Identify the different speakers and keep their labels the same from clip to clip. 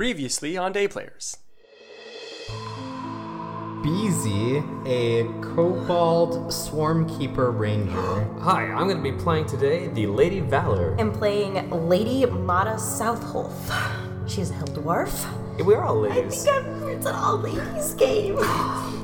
Speaker 1: Previously on Day Players.
Speaker 2: Beezy, a kobold swarm keeper ranger.
Speaker 3: Hi, I'm going to be playing today the Lady Valor.
Speaker 4: am playing Lady Mata Southholf. She's a hill dwarf.
Speaker 3: We're all
Speaker 4: I
Speaker 3: ladies.
Speaker 4: think I'm, it's an all ladies game.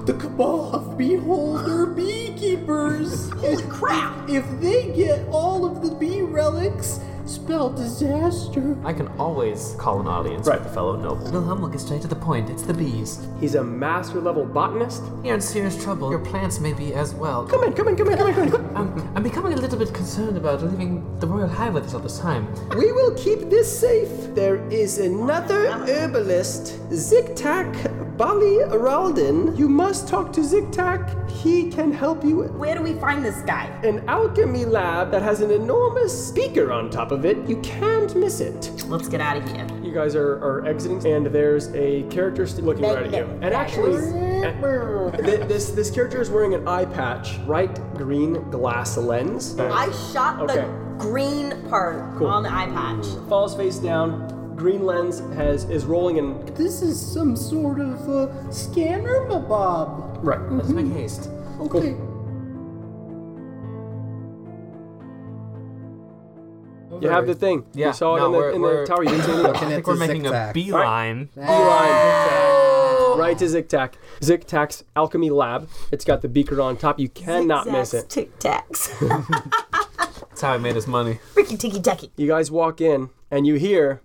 Speaker 2: The cabal of beholder beekeepers.
Speaker 4: Holy crap!
Speaker 2: If they get all of the bee relics, spell disaster.
Speaker 3: I can always call an audience with a fellow noble. Wilhelm will get straight to the point. It's the bees.
Speaker 5: He's a master level botanist.
Speaker 3: You're in serious trouble. Your plants may be as well.
Speaker 5: Come in, come in, come in, come in, come in. Come in.
Speaker 3: I'm, I'm becoming a little bit concerned about leaving the royal hive at all this time.
Speaker 5: We will keep this safe. There is another herbalist, Zigtac Bali Araldin. You must talk to Zigtac. He can help you.
Speaker 4: Where do we find this guy?
Speaker 5: An alchemy lab that has an enormous speaker on top of it. You can't miss it.
Speaker 4: Let's get out of here.
Speaker 5: You guys are, are exiting, and there's a character st- looking right at you. And actually, th- this this character is wearing an eye patch, right green glass lens.
Speaker 4: I shot the
Speaker 5: Okay.
Speaker 4: green part
Speaker 5: Cool.
Speaker 4: on the eye patch.
Speaker 5: falls face down. Green lens has is rolling in.
Speaker 2: This is some sort of uh, scanner, Mabob. Mm,
Speaker 5: Right.
Speaker 3: Let's
Speaker 2: Hmm.
Speaker 3: make haste.
Speaker 2: Okay.
Speaker 5: You have the thing.
Speaker 3: Yeah,
Speaker 5: You saw it
Speaker 3: no,
Speaker 5: in, the,
Speaker 3: we're-
Speaker 5: in the
Speaker 3: we're-
Speaker 5: tower. You didn't see it.
Speaker 2: And
Speaker 3: I think
Speaker 2: it's
Speaker 3: we're
Speaker 2: a
Speaker 3: making a
Speaker 2: zigzag.
Speaker 3: beeline.
Speaker 5: Beeline. Right to Zig Tac. Zig Tac's alchemy lab. It's got the beaker on top. You cannot miss
Speaker 4: Zigzags,
Speaker 5: it.
Speaker 4: Tic tacs.
Speaker 3: That's how I made his money.
Speaker 4: Ricky ticky tacky.
Speaker 5: You guys walk in and you hear.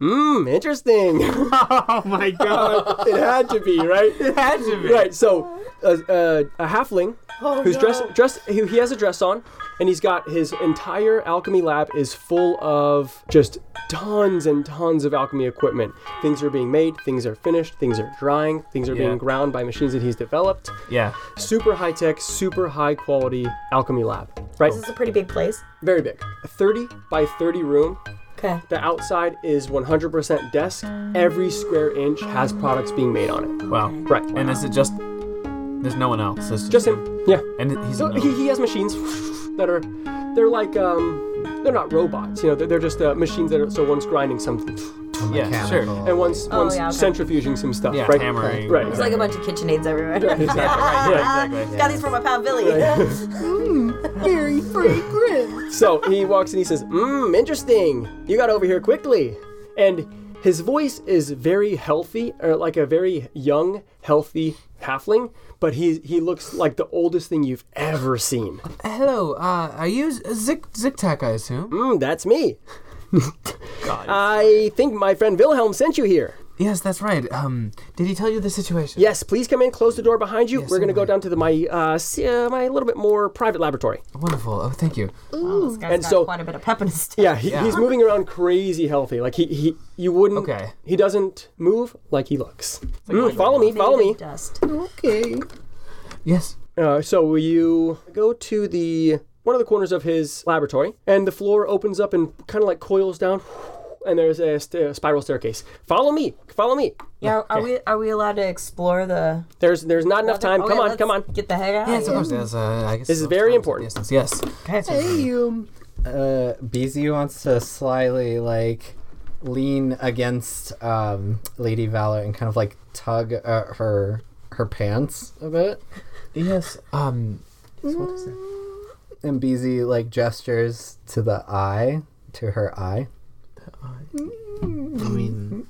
Speaker 5: Mmm, interesting.
Speaker 3: Oh my god.
Speaker 5: it had to be, right?
Speaker 3: Had to be.
Speaker 5: Right. So, uh, uh, a halfling
Speaker 4: Oh,
Speaker 5: who's dressed dressed he, he has a dress on, and he's got his entire alchemy lab is full of just tons and tons of alchemy equipment. Things are being made, things are finished, things are drying, things are
Speaker 3: Yeah.
Speaker 5: being ground by machines that he's developed.
Speaker 3: Yeah.
Speaker 5: Super high tech, super high quality alchemy lab. Right.
Speaker 4: This is a pretty big place.
Speaker 5: Very big. A 30 by 30 room.
Speaker 4: Okay.
Speaker 5: The outside is 100% desk. Every square inch has products being made on it.
Speaker 3: Wow.
Speaker 5: Right.
Speaker 3: And is it just. There's no one else. It's
Speaker 5: Just him. Yeah.
Speaker 3: And he's.
Speaker 5: So
Speaker 3: a
Speaker 5: he, he has machines that are they're like um they're not robots you know they're, they're just uh, machines that are so one's grinding something
Speaker 3: yeah, sure.
Speaker 2: Mechanical.
Speaker 5: and one's
Speaker 4: Oh,
Speaker 5: one's
Speaker 4: yeah, okay.
Speaker 5: centrifuging some stuff
Speaker 3: Yeah,
Speaker 5: right
Speaker 3: hammering.
Speaker 5: right
Speaker 4: There's like a bunch of KitchenAids everywhere.
Speaker 3: Right,
Speaker 4: Ah,
Speaker 3: exactly.
Speaker 4: Got these from my pal Billy.
Speaker 2: Very fragrant.
Speaker 5: so he walks and he says mmm interesting you got over here quickly and his voice is very healthy or like a very young healthy halfling but he he looks like the oldest thing you've ever seen
Speaker 3: Hello, uh, are you Zig Zigtac, I assume?
Speaker 5: mm, that's me i think my friend wilhelm sent you here
Speaker 3: Yes, that's right. Um, did he tell you the situation?
Speaker 5: Yes, please come in. Close the door behind you. We're gonna go
Speaker 3: alright.
Speaker 5: down to the, my uh, s- uh, my little bit more private laboratory.
Speaker 3: Wonderful. Oh, thank you.
Speaker 4: This guy's
Speaker 5: And
Speaker 4: got
Speaker 5: so-
Speaker 4: quite a bit of pep in his step.
Speaker 5: Yeah, he, he's moving around crazy healthy. Like he, he you wouldn't.
Speaker 3: Okay.
Speaker 5: He doesn't move like he looks. Mm, follow me. Follow me.
Speaker 4: Dust.
Speaker 2: Okay.
Speaker 3: Yes.
Speaker 5: Uh, so you go to the one of the corners of his laboratory, and the floor opens up and kind of like coils down, and there's a, st- a spiral staircase. Follow me. Follow me.
Speaker 4: Yeah, are we are we allowed to explore the
Speaker 5: There's there's not enough time.
Speaker 1: oh,
Speaker 4: Okay,
Speaker 5: come on.
Speaker 4: let's
Speaker 5: Come on.
Speaker 4: Get the heck out.
Speaker 3: Yes, of course. There's, uh, I guess
Speaker 5: This is
Speaker 3: those
Speaker 5: very
Speaker 3: times and
Speaker 5: important.
Speaker 3: distance. Yes.
Speaker 2: Hey, um, uh, Beezy wants to slyly like lean against um Lady Valor and kind of like tug at her her pants a bit,
Speaker 3: Yes. Um,
Speaker 2: and Beezy like gestures to the eye to her eye.
Speaker 3: I mean,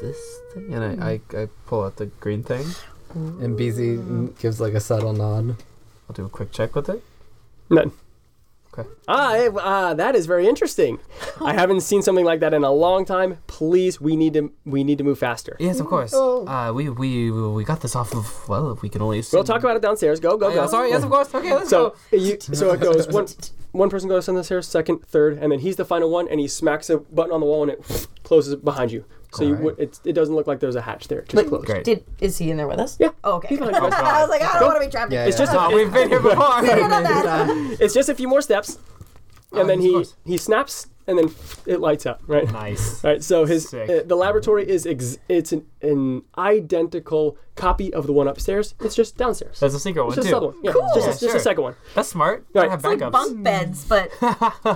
Speaker 3: this thing, and I, I, I pull out the green thing.
Speaker 2: And Beezy mm, gives like a subtle nod.
Speaker 3: I'll do a quick check with it.
Speaker 5: None.
Speaker 3: Okay.
Speaker 5: Ah, eh, ah, that is very interesting. I haven't seen something like that in a long time. Please, we need to we need to move faster.
Speaker 3: Yes, of course. Uh, we, we, we got this off of, well, we can only
Speaker 5: We'll talk about it downstairs. Go, go,
Speaker 3: Oh,
Speaker 5: go.
Speaker 3: yeah, sorry. Yes, of course. Okay, let's
Speaker 5: So
Speaker 3: go.
Speaker 5: you, so it goes one one person goes on the stairs, second, third, and then he's the final one, and he smacks a button on the wall, and it closes behind you. So you,
Speaker 2: Alright.
Speaker 5: it, it doesn't look like there's a hatch there. It Just closed.
Speaker 3: Great.
Speaker 4: Did is he in there with us?
Speaker 5: Yeah.
Speaker 4: Oh, okay.
Speaker 5: He's behind you.
Speaker 4: I was like, I don't want to be trapped.
Speaker 2: Yeah,
Speaker 5: It's
Speaker 2: yeah.
Speaker 5: just
Speaker 3: Oh, we've been here before.
Speaker 5: it's just a few more steps, and
Speaker 3: Oh,
Speaker 5: then
Speaker 3: of
Speaker 5: he
Speaker 3: course.
Speaker 5: he snaps, and then it lights up. Right.
Speaker 3: nice.
Speaker 5: All right, so his
Speaker 3: Sick.
Speaker 5: uh, the laboratory is ex- it's an, an identical copy of the one upstairs. It's just downstairs.
Speaker 3: There's a secret one,
Speaker 5: it's just
Speaker 3: too.
Speaker 5: another one. Yeah,
Speaker 4: Cool.
Speaker 5: it's just,
Speaker 3: Yeah,
Speaker 5: it's just
Speaker 3: sure.
Speaker 5: a second one.
Speaker 3: That's smart.
Speaker 5: Right.
Speaker 3: Have
Speaker 5: It's
Speaker 4: It's
Speaker 3: backups.
Speaker 4: like bunk beds, but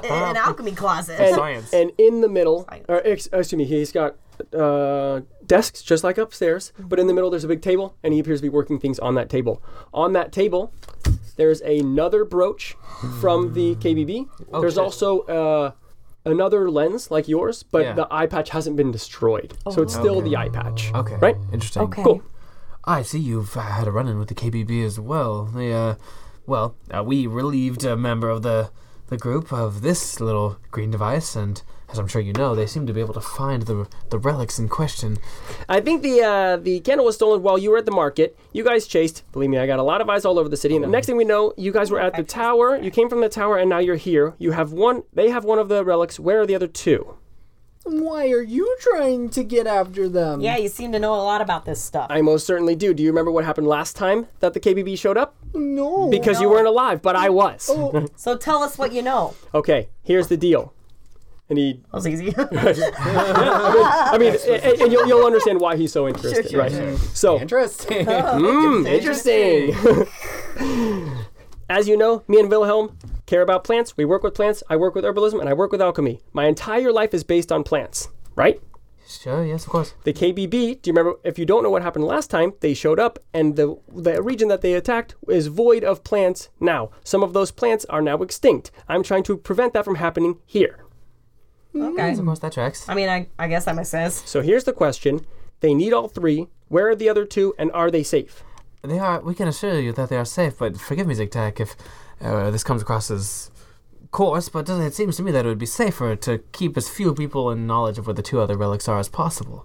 Speaker 4: in an alchemy closet.
Speaker 5: And,
Speaker 3: Science.
Speaker 5: and in the middle,
Speaker 4: Science.
Speaker 5: or ex- excuse me, he's got uh, desks just like upstairs, but in the middle there's a big table, and he appears to be working things on that table. On that table, there's another brooch from the KBB. there's
Speaker 3: Oh, shit.
Speaker 5: also uh, another lens like yours, but
Speaker 3: Yeah. Oh.
Speaker 5: the eye patch hasn't been destroyed, so it's still the eye patch.
Speaker 3: Okay.
Speaker 5: Right?
Speaker 3: Interesting.
Speaker 1: Okay.
Speaker 5: Cool.
Speaker 3: I see you've uh, had a run-in with the KBB as well. They, uh, well, uh, we relieved a member of the the group of this little green device, and as I'm sure you know, they seem to be able to find the the relics in question.
Speaker 5: I think the uh, the candle was stolen while you were at the market. You guys chased. Believe me, I got a lot of eyes all over the city. And the next thing we know, you guys were at the tower. You came from the tower, and now you're here. You have one. They have one of the relics. Where are the other two?
Speaker 2: Why are you trying to get after them?
Speaker 1: Yeah, you seem to know a lot about this stuff.
Speaker 5: I most certainly do. Do you remember what happened last time that the KBB showed up?
Speaker 2: No.
Speaker 5: Because you weren't alive, but I was.
Speaker 1: so tell us what you know.
Speaker 5: Okay, here's the deal. And he,
Speaker 1: That was easy.
Speaker 5: I mean, and, and you'll, you'll understand why he's so interested,
Speaker 1: sure,
Speaker 5: right? So,
Speaker 2: Interesting.
Speaker 5: Mm, interesting. As you know, me and Wilhelm care about plants. We work with plants. I work with herbalism, and I work with alchemy. My entire life is based on plants, right?
Speaker 3: Sure. Yes, of course.
Speaker 5: The KBB. Do you remember? If you don't know what happened last time, they showed up, and the the region that they attacked is void of plants now. Some of those plants are now extinct. I'm trying to prevent that from happening here.
Speaker 1: okay.
Speaker 3: Of course, that tracks.
Speaker 1: I mean, I, I guess that makes sense.
Speaker 5: So here's the question: They need all three. Where are the other two, and are they safe?
Speaker 3: They are. We can assure you that they are safe. But forgive me, Zigtac, if uh, this comes across as coarse. But it seems to me that it would be safer to keep as few people in knowledge of where the two other relics are as possible.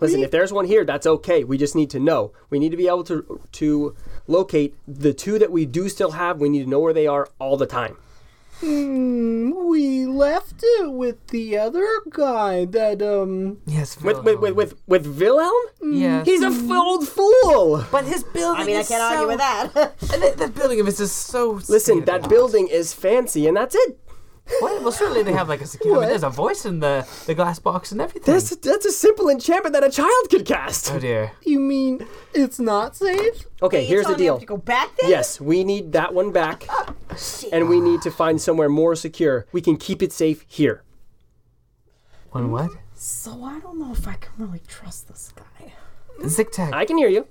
Speaker 5: Listen, if there's one here, that's okay. We just need to know. We need to be able to to locate the two that we do still have. We need to know where they are all the time.
Speaker 2: we left it with the other guy that um
Speaker 3: Yes.
Speaker 5: With with with with, with Wilhelm,
Speaker 3: Yes.
Speaker 5: he's a f- old fool.
Speaker 3: But his building.
Speaker 1: I mean, I
Speaker 3: is
Speaker 1: can't
Speaker 3: so-
Speaker 1: argue with that.
Speaker 3: And that, that building of his is so.
Speaker 5: Listen, that building is fancy, and that's it.
Speaker 3: What? Well, surely they have like a security. I mean, there's a voice in the the glass box and everything.
Speaker 5: That's that's a simple enchantment that a child could cast.
Speaker 3: Oh dear.
Speaker 2: you mean it's not safe?
Speaker 5: Okay, here's the
Speaker 1: Telling me I have
Speaker 5: deal.
Speaker 1: to go back there?
Speaker 5: Yes, we need that one back, and we need to find somewhere more secure. We can keep it safe here.
Speaker 3: One what?
Speaker 1: So I don't know if I can really trust this guy.
Speaker 3: Zigzag.
Speaker 5: I can hear you.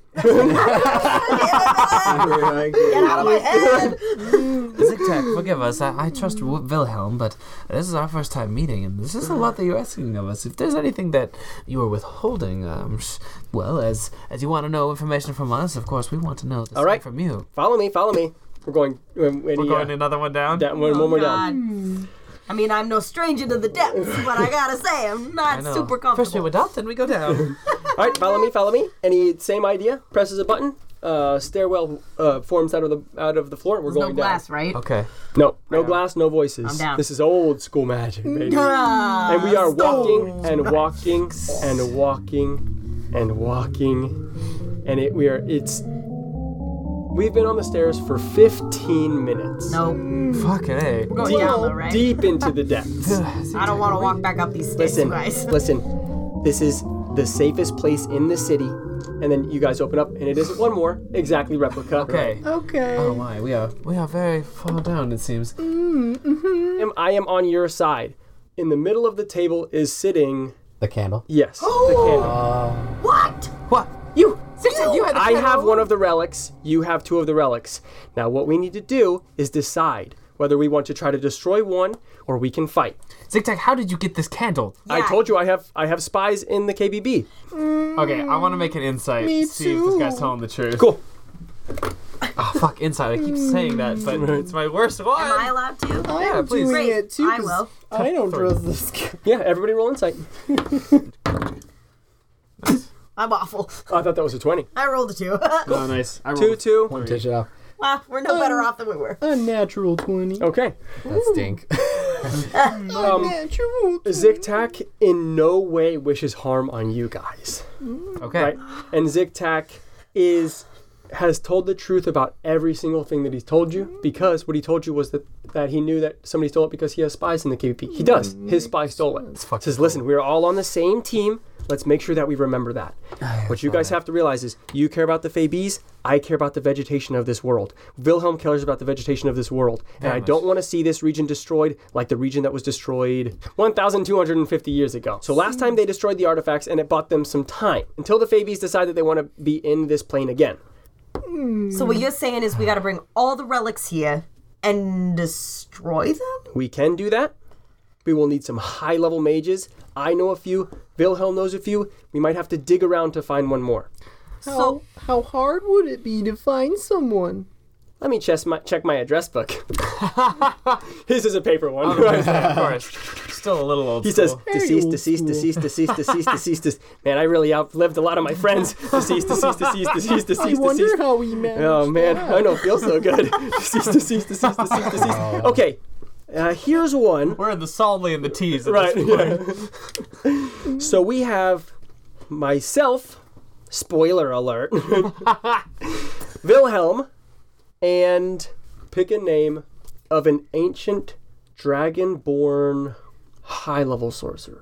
Speaker 3: Zigzag. Forgive us. I, I trust Wi- Wilhelm, but this is our first time meeting, and this is a lot that you're asking of us. If there's anything that you are withholding, um, sh- well, as as you want to know information from us, of course, we want to know. The All
Speaker 5: right.
Speaker 3: From you.
Speaker 5: Follow me. Follow me. We're going. We're
Speaker 3: another one down.
Speaker 5: That one, one more down.
Speaker 1: Oh, God. I mean, I'm no stranger to the depths, but I gotta say, I'm not super comfortable.
Speaker 3: First we went up, then we go down.
Speaker 5: All right, follow me, follow me. Any same idea? Presses a button. Uh, stairwell uh, forms out of the out of the floor. We're
Speaker 1: no
Speaker 5: going
Speaker 1: glass,
Speaker 5: down.
Speaker 1: right?
Speaker 3: okay.
Speaker 5: No, no glass, no voices.
Speaker 1: I'm down.
Speaker 5: This is old school magic, baby.
Speaker 1: Ah,
Speaker 5: and we are walking and walking and walking and walking, and it we are it's. We've been on the stairs for 15 minutes.
Speaker 1: no,
Speaker 3: Fucking a.
Speaker 1: we're going
Speaker 5: Deep,
Speaker 1: down though, right?
Speaker 5: deep into the depths.
Speaker 1: I don't want to walk back up these stairs,
Speaker 5: Listen,
Speaker 1: you guys.
Speaker 5: listen. This is the safest place in the city. And then you guys open up, and it is one more exactly replica.
Speaker 3: Okay.
Speaker 2: Okay.
Speaker 3: Oh my, we are we are very far down. It seems.
Speaker 5: am- I am on your side. In the middle of the table is sitting
Speaker 2: The candle.
Speaker 5: yes, the candle.
Speaker 1: What?
Speaker 3: What?
Speaker 5: You,
Speaker 3: Zigzag, you had the
Speaker 5: I have one of the relics. You have two of the relics. Now, what we need to do is decide whether we want to try to destroy one or we can fight.
Speaker 3: Zigzag, how did you get this candle?
Speaker 5: I
Speaker 1: Yeah.
Speaker 5: told you I have I have spies in the KBB.
Speaker 3: Okay, I want to make an insight.
Speaker 2: Me
Speaker 3: see if this guy's
Speaker 2: too.
Speaker 3: telling the truth.
Speaker 5: Cool.
Speaker 3: Oh, fuck, insight. I keep saying that, but it's my worst one.
Speaker 1: Am I allowed to?
Speaker 2: I'm
Speaker 3: Yeah, please.
Speaker 2: doing
Speaker 1: Great,
Speaker 2: it too.
Speaker 1: I
Speaker 2: 'cause
Speaker 1: will.
Speaker 2: I don't trust this guy.
Speaker 5: Yeah, everybody roll insight.
Speaker 1: I'm awful.
Speaker 5: I thought that was a twenty.
Speaker 1: I rolled a two.
Speaker 3: Oh, nice. I
Speaker 5: Two,
Speaker 3: rolled
Speaker 5: two.
Speaker 2: Dish it off.
Speaker 1: wow, we're no better off than we were.
Speaker 2: Unnatural twenty.
Speaker 5: Okay.
Speaker 2: That stink.
Speaker 5: um,
Speaker 2: Unnatural.
Speaker 5: Zictac in no way wishes harm on you guys.
Speaker 3: Okay.
Speaker 5: right? And Zictac is has told the truth about every single thing that he's told you because what he told you was that that he knew that somebody stole it because he has spies in the KVP. He does. His spy stole it.
Speaker 3: fucking
Speaker 5: Says, listen, we're all on the same team. Let's make sure that we remember that. what you guys have to realize is you care about the Fabies. I care about the vegetation of this world. Wilhelm cares about the vegetation of this world. and I
Speaker 3: much.
Speaker 5: don't want to see this region destroyed like the region that was destroyed 1,250 years ago. So last time they destroyed the artifacts and it bought them some time until the Fabies decide that they want to be in this plane again.
Speaker 1: So what you're saying is we got to bring all the relics here and destroy them?
Speaker 5: We can do that. We will need some high level mages. I know a few. Wilhelm knows a few. We might have to dig around to find one more.
Speaker 1: So
Speaker 2: How hard would it be to find someone?
Speaker 5: Let me chess my, check my address book. His is a paper one.
Speaker 3: of course. Still a little old.
Speaker 5: He says, deceased, deceased, deceased, deceased, deceased, deceased, deceased. Man, I really outlived a lot of my friends. Deceased, deceased, deceased, deceased, deceased, deceased.
Speaker 2: how we met.
Speaker 5: Oh man, I don't feel so good. deceased, deceased, deceased, deceased, deceased. Okay, uh, here's one.
Speaker 3: We're in the solidly in the T's. At
Speaker 5: Right.
Speaker 3: This
Speaker 5: yeah. so we have myself. Spoiler alert. Wilhelm, and pick a name of an ancient dragonborn high-level sorcerer.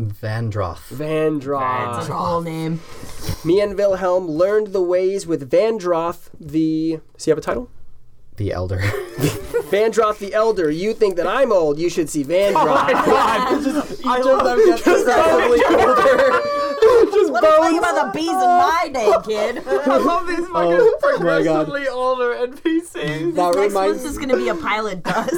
Speaker 2: Vandroth.
Speaker 5: Vandroth.
Speaker 1: all name.
Speaker 5: Me and Wilhelm learned the ways with Vandroth the. Does he have a title?
Speaker 2: The Elder.
Speaker 5: Vandroth the Elder. You think that I'm old? You should see Vandroth.
Speaker 2: I love them get progressively older.
Speaker 5: Just
Speaker 1: Let me tell you about the bees in my day, kid.
Speaker 3: I love these fuckers
Speaker 2: Oh my God.
Speaker 3: progressively older NPCs.
Speaker 2: That
Speaker 1: Next
Speaker 2: reminds
Speaker 1: month
Speaker 2: me.
Speaker 1: is going to be a pile of dust.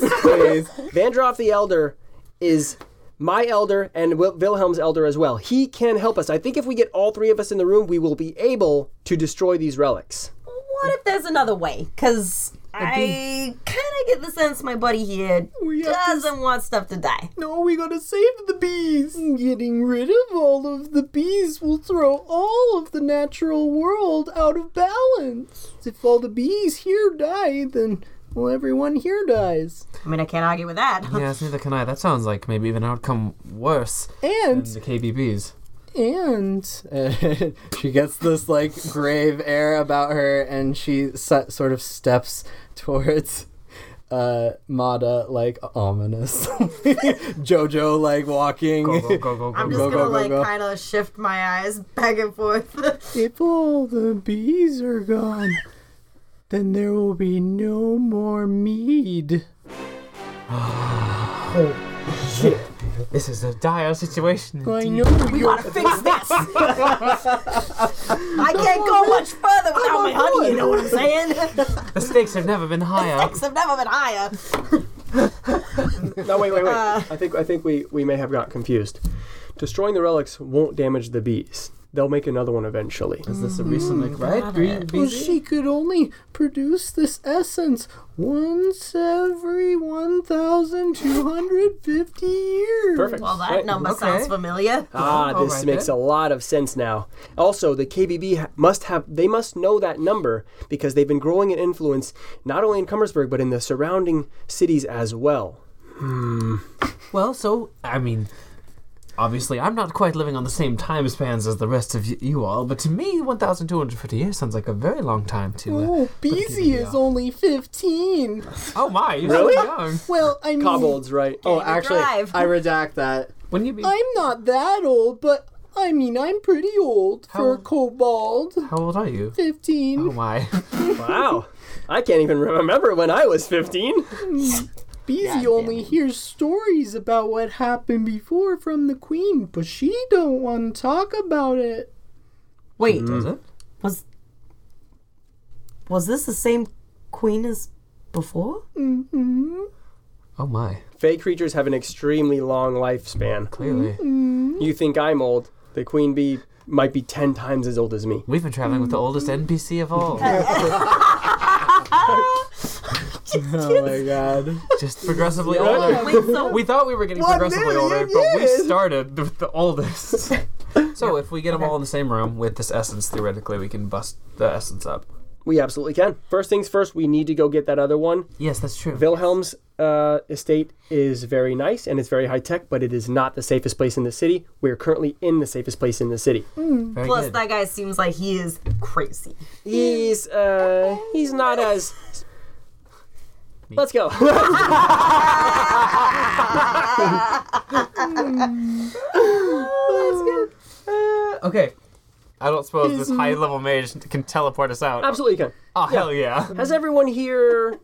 Speaker 5: Vandroth the Elder is my elder and Wil- Wilhelm's elder as well. He can help us. I think if we get all three of us in the room, we will be able to destroy these relics.
Speaker 1: what if there's another way? Because I kind of get the sense my buddy here doesn't want stuff to die.
Speaker 2: No, we gotta save the bees. Getting rid of all of the bees will throw all of the natural world out of balance. If all the bees here die, then well, everyone here dies.
Speaker 1: I mean, I can't argue with that.
Speaker 3: Yes, neither can I. That sounds like maybe even outcome worse than
Speaker 2: And
Speaker 3: the KBBs.
Speaker 2: and uh, she gets this like grave air about her, and she se- sort of steps towards. Uh, Mada like ominous, Jojo like walking.
Speaker 3: Go, go, go, go, go.
Speaker 1: I'm
Speaker 3: go.
Speaker 1: just
Speaker 2: go,
Speaker 1: gonna
Speaker 2: go,
Speaker 1: like
Speaker 2: go.
Speaker 1: kind of shift my eyes back and forth.
Speaker 2: If all the bees are gone, then there will be no more mead.
Speaker 3: This is a dire situation.
Speaker 2: I
Speaker 3: indeed.
Speaker 2: know
Speaker 1: we
Speaker 2: you're
Speaker 1: gotta fix this. I can't go much further without my honey. You know what I'm saying?
Speaker 3: The stakes have never been higher.
Speaker 1: Stakes have never been higher.
Speaker 5: No, wait, wait, wait. I think I think we, we may have got confused. Destroying the relics won't damage the bees. They'll make another one eventually.
Speaker 3: Is this a recent like right? Green
Speaker 2: well,
Speaker 3: BZ?
Speaker 2: she could only produce this essence once every 1,250 years.
Speaker 5: Perfect.
Speaker 1: Well, that
Speaker 5: Right.
Speaker 1: number
Speaker 3: okay.
Speaker 1: sounds familiar.
Speaker 5: Ah,
Speaker 3: Oh,
Speaker 5: this
Speaker 3: right
Speaker 5: makes
Speaker 3: there.
Speaker 5: a lot of sense now. Also, the KBB ha- must have they must know that number because they've been growing in influence not only in Cumbersburg but in the surrounding cities as well.
Speaker 3: Well, so I mean, obviously, I'm not quite living on the same time spans as the rest of y- you all, but to me, 1,250 years sounds like a very long time to. Uh,
Speaker 2: Oh, Beezy is only 15.
Speaker 3: oh my, you're
Speaker 5: Really?
Speaker 3: so young.
Speaker 2: Well, I mean,
Speaker 5: Kobolds, right?
Speaker 2: oh,
Speaker 1: to
Speaker 2: actually,
Speaker 1: drive.
Speaker 2: I redact that.
Speaker 3: Wouldn't you be?
Speaker 2: I'm not that old, but I mean, I'm pretty old for
Speaker 3: How-
Speaker 2: a kobold.
Speaker 3: How old are you?
Speaker 2: 15.
Speaker 3: Oh my.
Speaker 5: Wow. I can't even remember when I was 15.
Speaker 2: Beezy only hears stories about what happened before from the queen, but she don't want to talk about it.
Speaker 1: Wait,
Speaker 3: Is it?
Speaker 1: was was this the same queen as before?
Speaker 3: Oh my.
Speaker 5: Fey creatures have an extremely long lifespan.
Speaker 3: Clearly,
Speaker 5: You think I'm old? The queen bee might be 10 times as old as me.
Speaker 3: we've been traveling with the oldest NPC of all.
Speaker 2: Oh my god.
Speaker 3: Just progressively older.
Speaker 1: Wait, so
Speaker 3: We thought we were getting
Speaker 2: Well,
Speaker 3: progressively
Speaker 2: there
Speaker 3: older,
Speaker 2: it
Speaker 3: but we
Speaker 2: is.
Speaker 3: started with the oldest. so if we get them all in the same room with this essence, theoretically, we can bust the essence up.
Speaker 5: We absolutely can. First things first, we need to go get that other one.
Speaker 3: Yes, that's true.
Speaker 5: Wilhelm's uh, estate is very nice and it's very high tech, but it is not the safest place in the city. We're currently in the safest place in the city.
Speaker 3: Very
Speaker 1: plus
Speaker 3: good.
Speaker 1: that guy seems like he is crazy.
Speaker 5: He's uh, he's not as. Let's go.
Speaker 3: Okay,
Speaker 6: I don't suppose this high level mage can teleport us out.
Speaker 5: Absolutely you can.
Speaker 6: Oh, hell yeah.
Speaker 5: Has everyone here?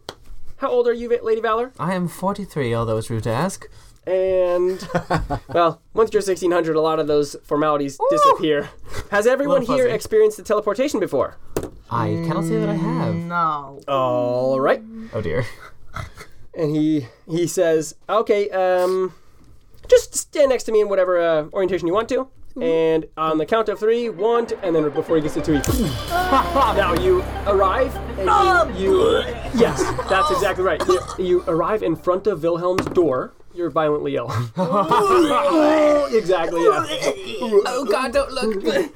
Speaker 5: How old are you, Va- Lady Valor?
Speaker 3: I am 43, although it's rude to ask.
Speaker 5: And well, once you're 1600, a lot of those formalities disappear. Has everyone
Speaker 3: Little
Speaker 5: here
Speaker 3: fuzzy.
Speaker 5: experienced the teleportation before?
Speaker 3: I cannot say that I
Speaker 6: Mm.
Speaker 3: have.
Speaker 1: No.
Speaker 5: All right.
Speaker 3: Oh dear.
Speaker 5: And he he says, "Okay, um, just stand next to me in whatever uh, orientation you want to."
Speaker 3: Mm-hmm.
Speaker 5: And on the count of three, one, two, and then before he gets to two, he now you arrive.
Speaker 3: Um.
Speaker 5: And you, you- yes, that's exactly right. You, you arrive in front of Wilhelm's door. You're violently ill. exactly. Yeah.
Speaker 3: Oh god, don't look!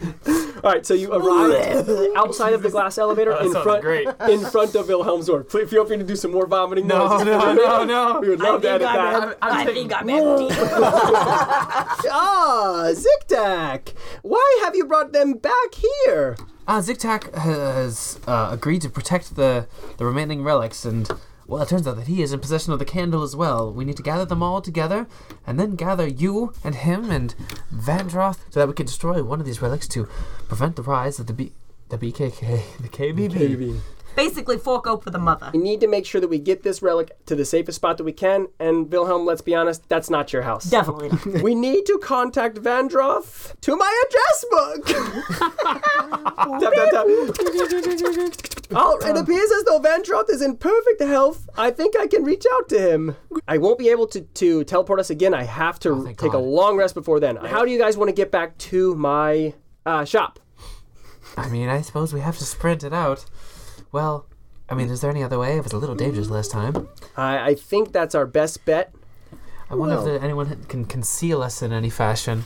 Speaker 5: All right. So you arrive outside of the glass elevator in
Speaker 6: sounds
Speaker 5: front
Speaker 6: great.
Speaker 5: in front of Wilhelm's door. Please feel free to do some more vomiting
Speaker 6: No,
Speaker 5: noises.
Speaker 6: no, no,
Speaker 5: We
Speaker 6: no.
Speaker 5: would love to edit that.
Speaker 1: I'm, I think I'm empty.
Speaker 2: Ah, Zikdak! Why have you brought them back here?
Speaker 3: Ah, Ziktak has uh, agreed to protect the, the remaining relics, and well, it turns out that he is in possession of the candle as well. We need to gather them all together, and then gather you and him and Vandroth so that we can destroy one of these relics to prevent the rise of the B. The BKK, the KBB.
Speaker 1: Basically, fork over the mother.
Speaker 5: We need to make sure that we get this relic to the safest spot that we can. And Wilhelm, let's be honest, that's not your house.
Speaker 1: Definitely not.
Speaker 5: We need to contact Vandroth to my address book. tap, tap, tap. Oh, it appears as though Vandroth is in perfect health. I think I can reach out to him. I won't be able to, to teleport us again. I have to take
Speaker 3: thank
Speaker 5: a
Speaker 3: God.
Speaker 5: long rest before then. How do you guys want to get back to my uh, shop?
Speaker 3: I mean, I suppose we have to spread it out. Well, I mean, is there any other way? It was a little dangerous
Speaker 5: Mm.
Speaker 3: last time.
Speaker 5: I, I think that's our best bet.
Speaker 3: I wonder if there, anyone can conceal us in any fashion.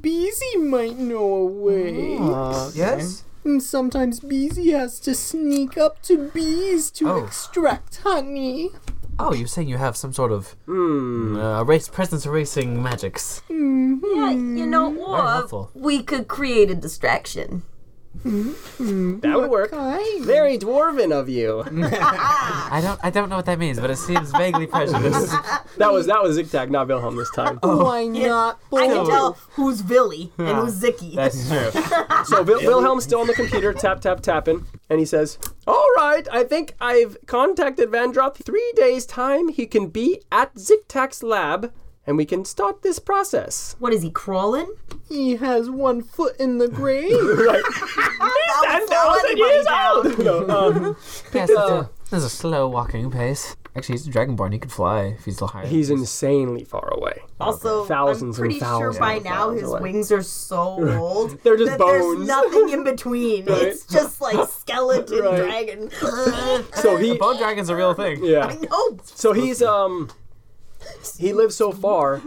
Speaker 2: Beezy might know a way.
Speaker 3: Ah.
Speaker 5: Oh,
Speaker 3: yes?
Speaker 2: Mm, Sometimes Beezy has to sneak up to bees to
Speaker 3: Oh.
Speaker 2: extract honey.
Speaker 3: Oh, you're saying you have some sort of
Speaker 5: Hmm, Mm.
Speaker 3: uh, race presence erasing magics.
Speaker 1: yeah, you know,
Speaker 3: Very
Speaker 1: or
Speaker 3: helpful.
Speaker 1: we could create a distraction.
Speaker 5: That would work.
Speaker 2: Hi.
Speaker 5: Very dwarven of you.
Speaker 3: I don't I don't know what that means, but it seems vaguely prejudiced.
Speaker 5: That was that was Zigtag, not Wilhelm this time.
Speaker 2: Why not?
Speaker 1: I can
Speaker 2: both?
Speaker 1: tell who's Billy and who's Zicky.
Speaker 3: That's true.
Speaker 5: So Wil- Wilhelm's still on the computer, tap tap tapping, and he says, "All right, I think I've contacted Vandroth. Three days time, he can be at Zigtag's lab, and we can start this process."
Speaker 1: what is he crawling?
Speaker 2: He has one foot in the grave.
Speaker 5: Right,
Speaker 1: That
Speaker 5: ten
Speaker 1: would slow
Speaker 5: thousand
Speaker 1: anybody
Speaker 5: years
Speaker 1: down.
Speaker 5: old. No, um,
Speaker 3: Yes, it's a, there's a slow walking pace. Actually, he's a dragonborn. He could fly if he's still higher.
Speaker 5: he's insanely far away.
Speaker 1: Also,
Speaker 5: Thousands
Speaker 1: I'm
Speaker 5: and
Speaker 1: pretty
Speaker 5: thousands
Speaker 1: sure by
Speaker 5: and
Speaker 1: now
Speaker 5: thousands
Speaker 1: his
Speaker 5: away.
Speaker 1: wings are so old.
Speaker 5: They're just
Speaker 1: that
Speaker 5: bones.
Speaker 1: There's nothing in between. It's just like skeleton
Speaker 5: Right.
Speaker 1: dragon.
Speaker 5: So he,
Speaker 6: Bone dragon's a real thing.
Speaker 5: yeah.
Speaker 1: no,
Speaker 5: So he's um he lives so far.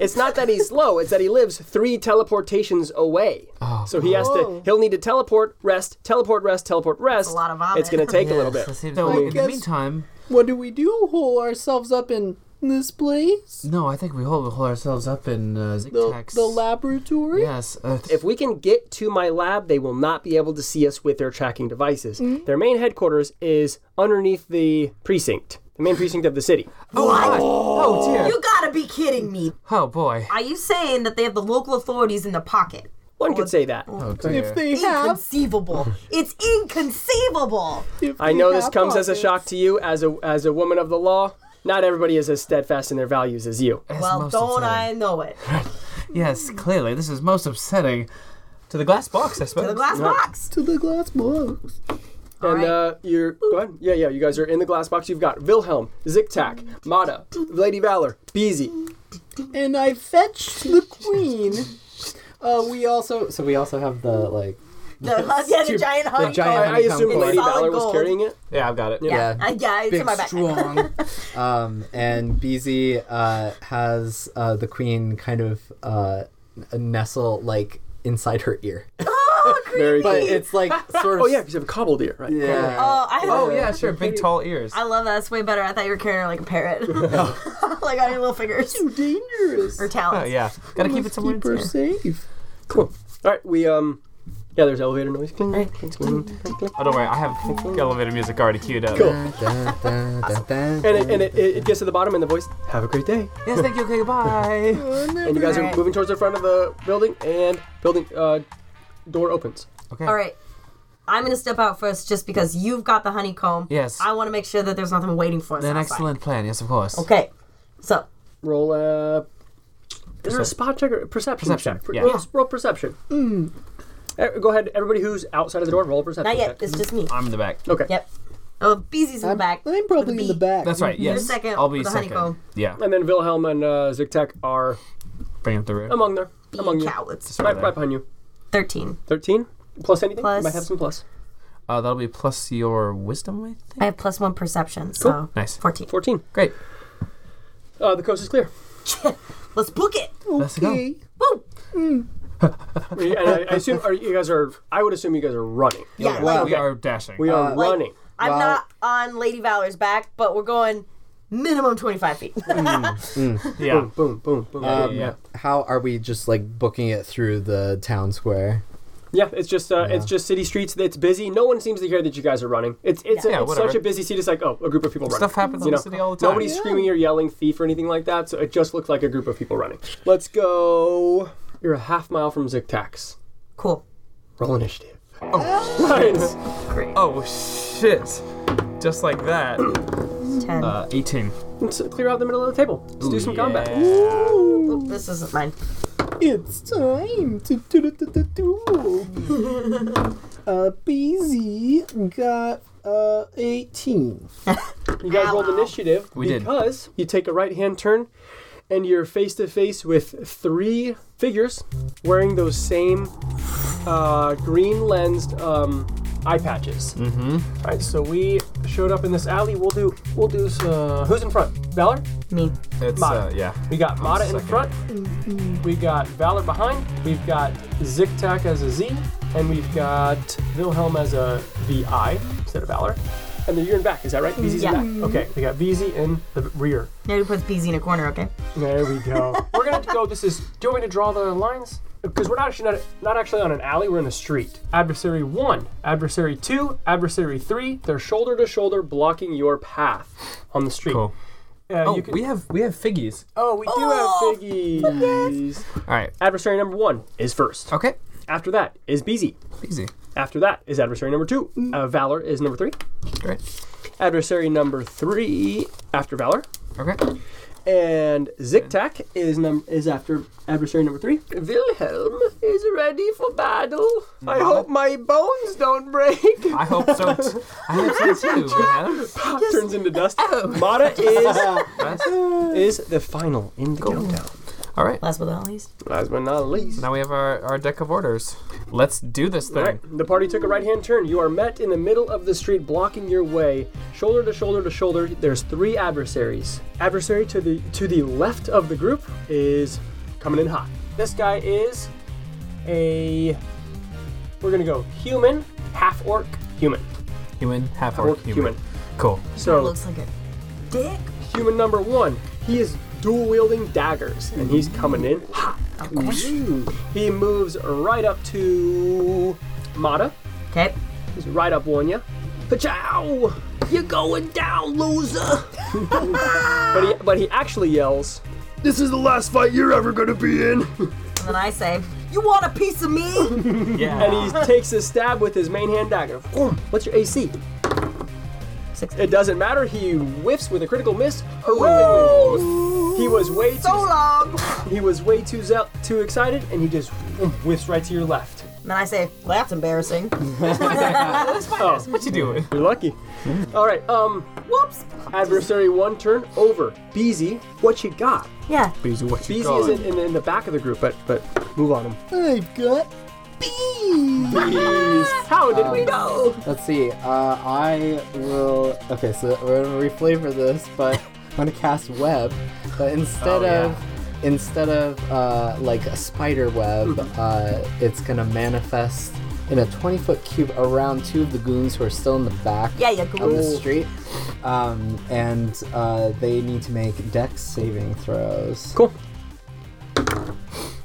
Speaker 5: It's not that he's slow, it's that he lives three teleportations away. so he has to he'll need to teleport, rest, teleport, rest, teleport, rest.
Speaker 1: Oh. a lot of vomit.
Speaker 5: It's gonna take a little
Speaker 3: Yes,
Speaker 5: bit.
Speaker 3: it seems-
Speaker 6: So
Speaker 3: in the
Speaker 2: guess-
Speaker 3: meantime,
Speaker 2: what do we do? Hole ourselves up in this place?
Speaker 3: no, I think we hold, hold ourselves up in uh,
Speaker 2: The,
Speaker 3: Zigtag's.
Speaker 2: the laboratory?
Speaker 3: Yes. Uh,
Speaker 5: If we can get to my lab, they will not be able to see us with their tracking devices.
Speaker 1: Hmm?
Speaker 5: Their main headquarters is underneath the precinct. The main precinct of the city.
Speaker 1: what?
Speaker 3: oh dear.
Speaker 1: You gotta be kidding me.
Speaker 3: Oh boy.
Speaker 1: Are you saying that they have the local authorities in the pocket?
Speaker 5: One could say that.
Speaker 3: Oh
Speaker 2: If
Speaker 3: dear.
Speaker 2: they have,
Speaker 1: Inconceivable. it's inconceivable.
Speaker 2: if
Speaker 5: I
Speaker 2: they
Speaker 5: know this
Speaker 2: have
Speaker 5: comes as a
Speaker 2: pockets.
Speaker 5: shock to you as a as a woman of the law. Not everybody is as steadfast in their values as you.
Speaker 3: That's
Speaker 1: Well,
Speaker 3: most
Speaker 1: don't
Speaker 3: upsetting.
Speaker 1: I know it?
Speaker 3: Yes, clearly this is most upsetting. To the glass box, I suppose.
Speaker 1: The glass box.
Speaker 2: to the glass box.
Speaker 5: And
Speaker 1: right.
Speaker 5: uh, you're go ahead. Yeah, yeah. You guys are in the glass box. You've got Wilhelm, Ziktak, Mata, Lady Valor, Beezy.
Speaker 2: And I fetched the queen. Uh, we also so we also have the like
Speaker 1: The, yeah, the giant honeycomb.
Speaker 5: I,
Speaker 2: giant
Speaker 5: I assume
Speaker 2: It's
Speaker 5: Lady
Speaker 1: solid
Speaker 5: Valor was
Speaker 1: gold.
Speaker 5: carrying it.
Speaker 6: Yeah, I've got it.
Speaker 1: Yeah, I- yeah, it's in my back.
Speaker 2: strong. um, and BZ uh, has uh, the queen kind of uh, n- nestle like inside her ear,
Speaker 1: Oh, creepy.
Speaker 5: Very
Speaker 2: but
Speaker 5: cool.
Speaker 2: it's like sort of
Speaker 5: Oh yeah, because you have a cobbled ear, right?
Speaker 2: yeah.
Speaker 1: Oh, I
Speaker 6: Oh, yeah, sure. Big, tall ears.
Speaker 1: I love that. That's way better. I thought you were carrying her like a parrot, like on your little fingers
Speaker 2: dangerous.
Speaker 1: or
Speaker 6: Oh,
Speaker 1: talons.
Speaker 6: yeah. Gotta keep it
Speaker 2: Must
Speaker 6: somewhere.
Speaker 2: keep her
Speaker 6: in-
Speaker 2: safe.
Speaker 5: Cool. All right, we um. Yeah, there's elevator noise. Cling, cling, cling, cling, cling.
Speaker 6: Oh, don't worry. I have elevator music already queued up.
Speaker 5: Cool.
Speaker 2: Da, da, da, da,
Speaker 5: And it, and it, it, it gets to the bottom, and the voice, "Have a great day."
Speaker 3: Yes, thank you. Okay, bye.
Speaker 5: And you guys are
Speaker 1: Alright.
Speaker 5: moving towards the front of the building, and building uh, door opens.
Speaker 3: Okay.
Speaker 1: All right. I'm gonna step out first, just because you've got the honeycomb.
Speaker 3: Yes.
Speaker 1: I want to make sure that there's nothing waiting for us.
Speaker 3: An
Speaker 1: outside.
Speaker 3: excellent plan. Yes, of course.
Speaker 1: Okay. So
Speaker 5: Roll uh, is there a spot check or perception,
Speaker 3: Perception,
Speaker 5: check? Per-
Speaker 3: yeah.
Speaker 5: roll, roll perception. Eh, Go ahead, everybody who's outside of the door, roll a perception
Speaker 1: Hmm. not yet.
Speaker 5: check.
Speaker 1: It's just me.
Speaker 3: I'm in the back.
Speaker 5: Okay.
Speaker 1: Yep. Oh, Beezy's in the back.
Speaker 2: I'm probably in the
Speaker 1: With a bee.
Speaker 2: back.
Speaker 3: That's right. Yes.
Speaker 1: second
Speaker 3: I'll be
Speaker 1: with the
Speaker 3: second.
Speaker 1: honeycomb.
Speaker 3: Yeah.
Speaker 5: And then Wilhelm and uh, Zictech are
Speaker 3: Bring up the rear.
Speaker 5: among there,
Speaker 1: Bee
Speaker 2: Mm.
Speaker 5: among you,
Speaker 1: cowards.
Speaker 5: right, right behind you.
Speaker 1: Thirteen.
Speaker 5: Thirteen plus anything.
Speaker 1: Plus-
Speaker 5: Might have some plus.
Speaker 3: Uh, that'll be plus your wisdom, I think.
Speaker 1: I have plus one perception, so
Speaker 3: Nice.
Speaker 1: fourteen.
Speaker 5: Fourteen.
Speaker 3: Great.
Speaker 5: Uh, the coast is clear.
Speaker 1: Let's book it.
Speaker 3: Let's go.
Speaker 2: Okay.
Speaker 1: Woo!
Speaker 5: and I, I assume are you guys are. I would assume you guys are running.
Speaker 1: Yeah.
Speaker 2: wow.
Speaker 1: like,
Speaker 6: We are dashing.
Speaker 5: We are
Speaker 1: Uh, like,
Speaker 5: running.
Speaker 1: I'm
Speaker 2: Wow.
Speaker 1: not on Lady Valor's back, but we're going minimum twenty-five feet.
Speaker 6: yeah.
Speaker 5: Boom, boom, boom.
Speaker 6: Um,
Speaker 5: boom.
Speaker 6: yeah.
Speaker 2: How are we just like booking it through the town square?
Speaker 5: Yeah, it's just uh, it's just city streets. It's busy. No one seems to care that you guys are running. It's it's,
Speaker 1: Yeah.
Speaker 6: Yeah,
Speaker 5: it's
Speaker 6: whatever.
Speaker 5: such a busy city. It's like oh, a group of people running.
Speaker 3: Stuff happens in the city all the time.
Speaker 5: Nobody's screaming or yelling thief or anything like that. So it just looked like a group of people running. Let's go. You're a half mile from Zictax.
Speaker 1: cool.
Speaker 5: Roll initiative. Oh, Ryan.
Speaker 6: Oh shit! Just like that.
Speaker 1: Ten.
Speaker 6: Uh, 18.
Speaker 5: Let's clear out the middle of the table. Let's do some combat.
Speaker 1: Oop, Oh, this isn't mine.
Speaker 2: It's time to do do do do. Uh, BZ got uh 18.
Speaker 5: You guys rolled initiative
Speaker 3: We did.
Speaker 5: because you take a right hand turn and you're face to face with three figures wearing those same uh, green lensed um, eye patches. Mm-hmm. All right, so we showed up in this alley. We'll do. We'll do. s- Uh, who's in front? Valor.
Speaker 1: Me.
Speaker 6: It's
Speaker 5: Mine.
Speaker 6: uh, yeah.
Speaker 5: We got Mata in
Speaker 6: second.
Speaker 5: front. We got Valor behind. We've got Zictac as a Z, and we've got Wilhelm as a VI instead of Valor. And then you're in back. Is that right? VZ's
Speaker 1: Yeah.
Speaker 5: in back. Okay, we got VZ in the rear.
Speaker 1: Nobody puts Beezy in a corner, okay?
Speaker 5: There we go. we're gonna have to go. This is. Do you want me to draw the lines? Because we're not actually not, not actually on an alley. We're in a street. Adversary one, adversary two, adversary three. They're shoulder to shoulder, blocking your path on the street.
Speaker 3: Cool.
Speaker 5: Uh,
Speaker 3: Oh,
Speaker 5: you can-
Speaker 3: we have we have figgies.
Speaker 5: oh, we do
Speaker 1: Oh,
Speaker 5: have figgies.
Speaker 3: All right.
Speaker 5: Adversary number one is first.
Speaker 3: Okay.
Speaker 5: After that is BZ.
Speaker 3: Easy.
Speaker 5: After that is adversary number two. Uh, Valor is number three.
Speaker 3: Great.
Speaker 5: Adversary number three after Valor.
Speaker 3: Okay.
Speaker 5: And Zictac is num- is after adversary number three. Wilhelm is ready for battle. I hope my bones don't break.
Speaker 3: I hope so. T- I hope so too. Man.
Speaker 5: Turns into dust. Mata is is the final in the countdown.
Speaker 3: All right.
Speaker 1: Last but not least.
Speaker 5: Last but not least.
Speaker 3: Now we have our, our deck of orders. Let's do this thing.
Speaker 5: All right, the party took a right hand turn. You are met in the middle of the street, blocking your way, shoulder to shoulder to shoulder. There's three adversaries. Adversary to the to the left of the group is coming in hot. This guy is a we're gonna go human, half orc, human,
Speaker 3: Human, half
Speaker 5: orc,
Speaker 3: orc,
Speaker 5: human.
Speaker 3: Cool.
Speaker 2: Oh.
Speaker 5: So
Speaker 1: Looks like a dick.
Speaker 5: human number one, he is dual wielding daggers, and he's coming in hot. He moves right up to Mata.
Speaker 1: Okay.
Speaker 5: He's right up on you. Pachow! You're going down, loser! but, he, but he actually yells, This is the last fight you're ever gonna be in!
Speaker 1: And then I say, You want a piece of me?
Speaker 6: Yeah.
Speaker 5: And he takes a stab with his main hand dagger. Boom. What's your AC?
Speaker 1: Six.
Speaker 5: It doesn't matter. He whiffs with a critical miss. Heroic win. He was way too
Speaker 1: So long. And
Speaker 5: he was way too zeal- too excited, and he just whiffs right to your left.
Speaker 1: then I say, Well, that's embarrassing.
Speaker 6: what you doing?
Speaker 5: Oh, You're lucky. All right. Um,
Speaker 1: Whoops.
Speaker 5: adversary one turn over. Beezy, what you got?
Speaker 1: Yeah.
Speaker 5: BZ is in, in, in the back of the group, but but move on him.
Speaker 2: I've got B.
Speaker 5: How did we know?
Speaker 2: Let's see. Uh, I will. Okay, so we're gonna reflavor this, but I'm gonna cast web. But instead
Speaker 6: Oh, yeah.
Speaker 2: of instead of uh, like a spider web,
Speaker 1: Hmm.
Speaker 2: uh, it's gonna manifest in a 20 foot cube around two of the goons who are still in the back
Speaker 1: Yeah, yeah,
Speaker 2: of the
Speaker 1: cool.
Speaker 2: street, um, and uh, they need to make dex saving throws.
Speaker 5: Cool.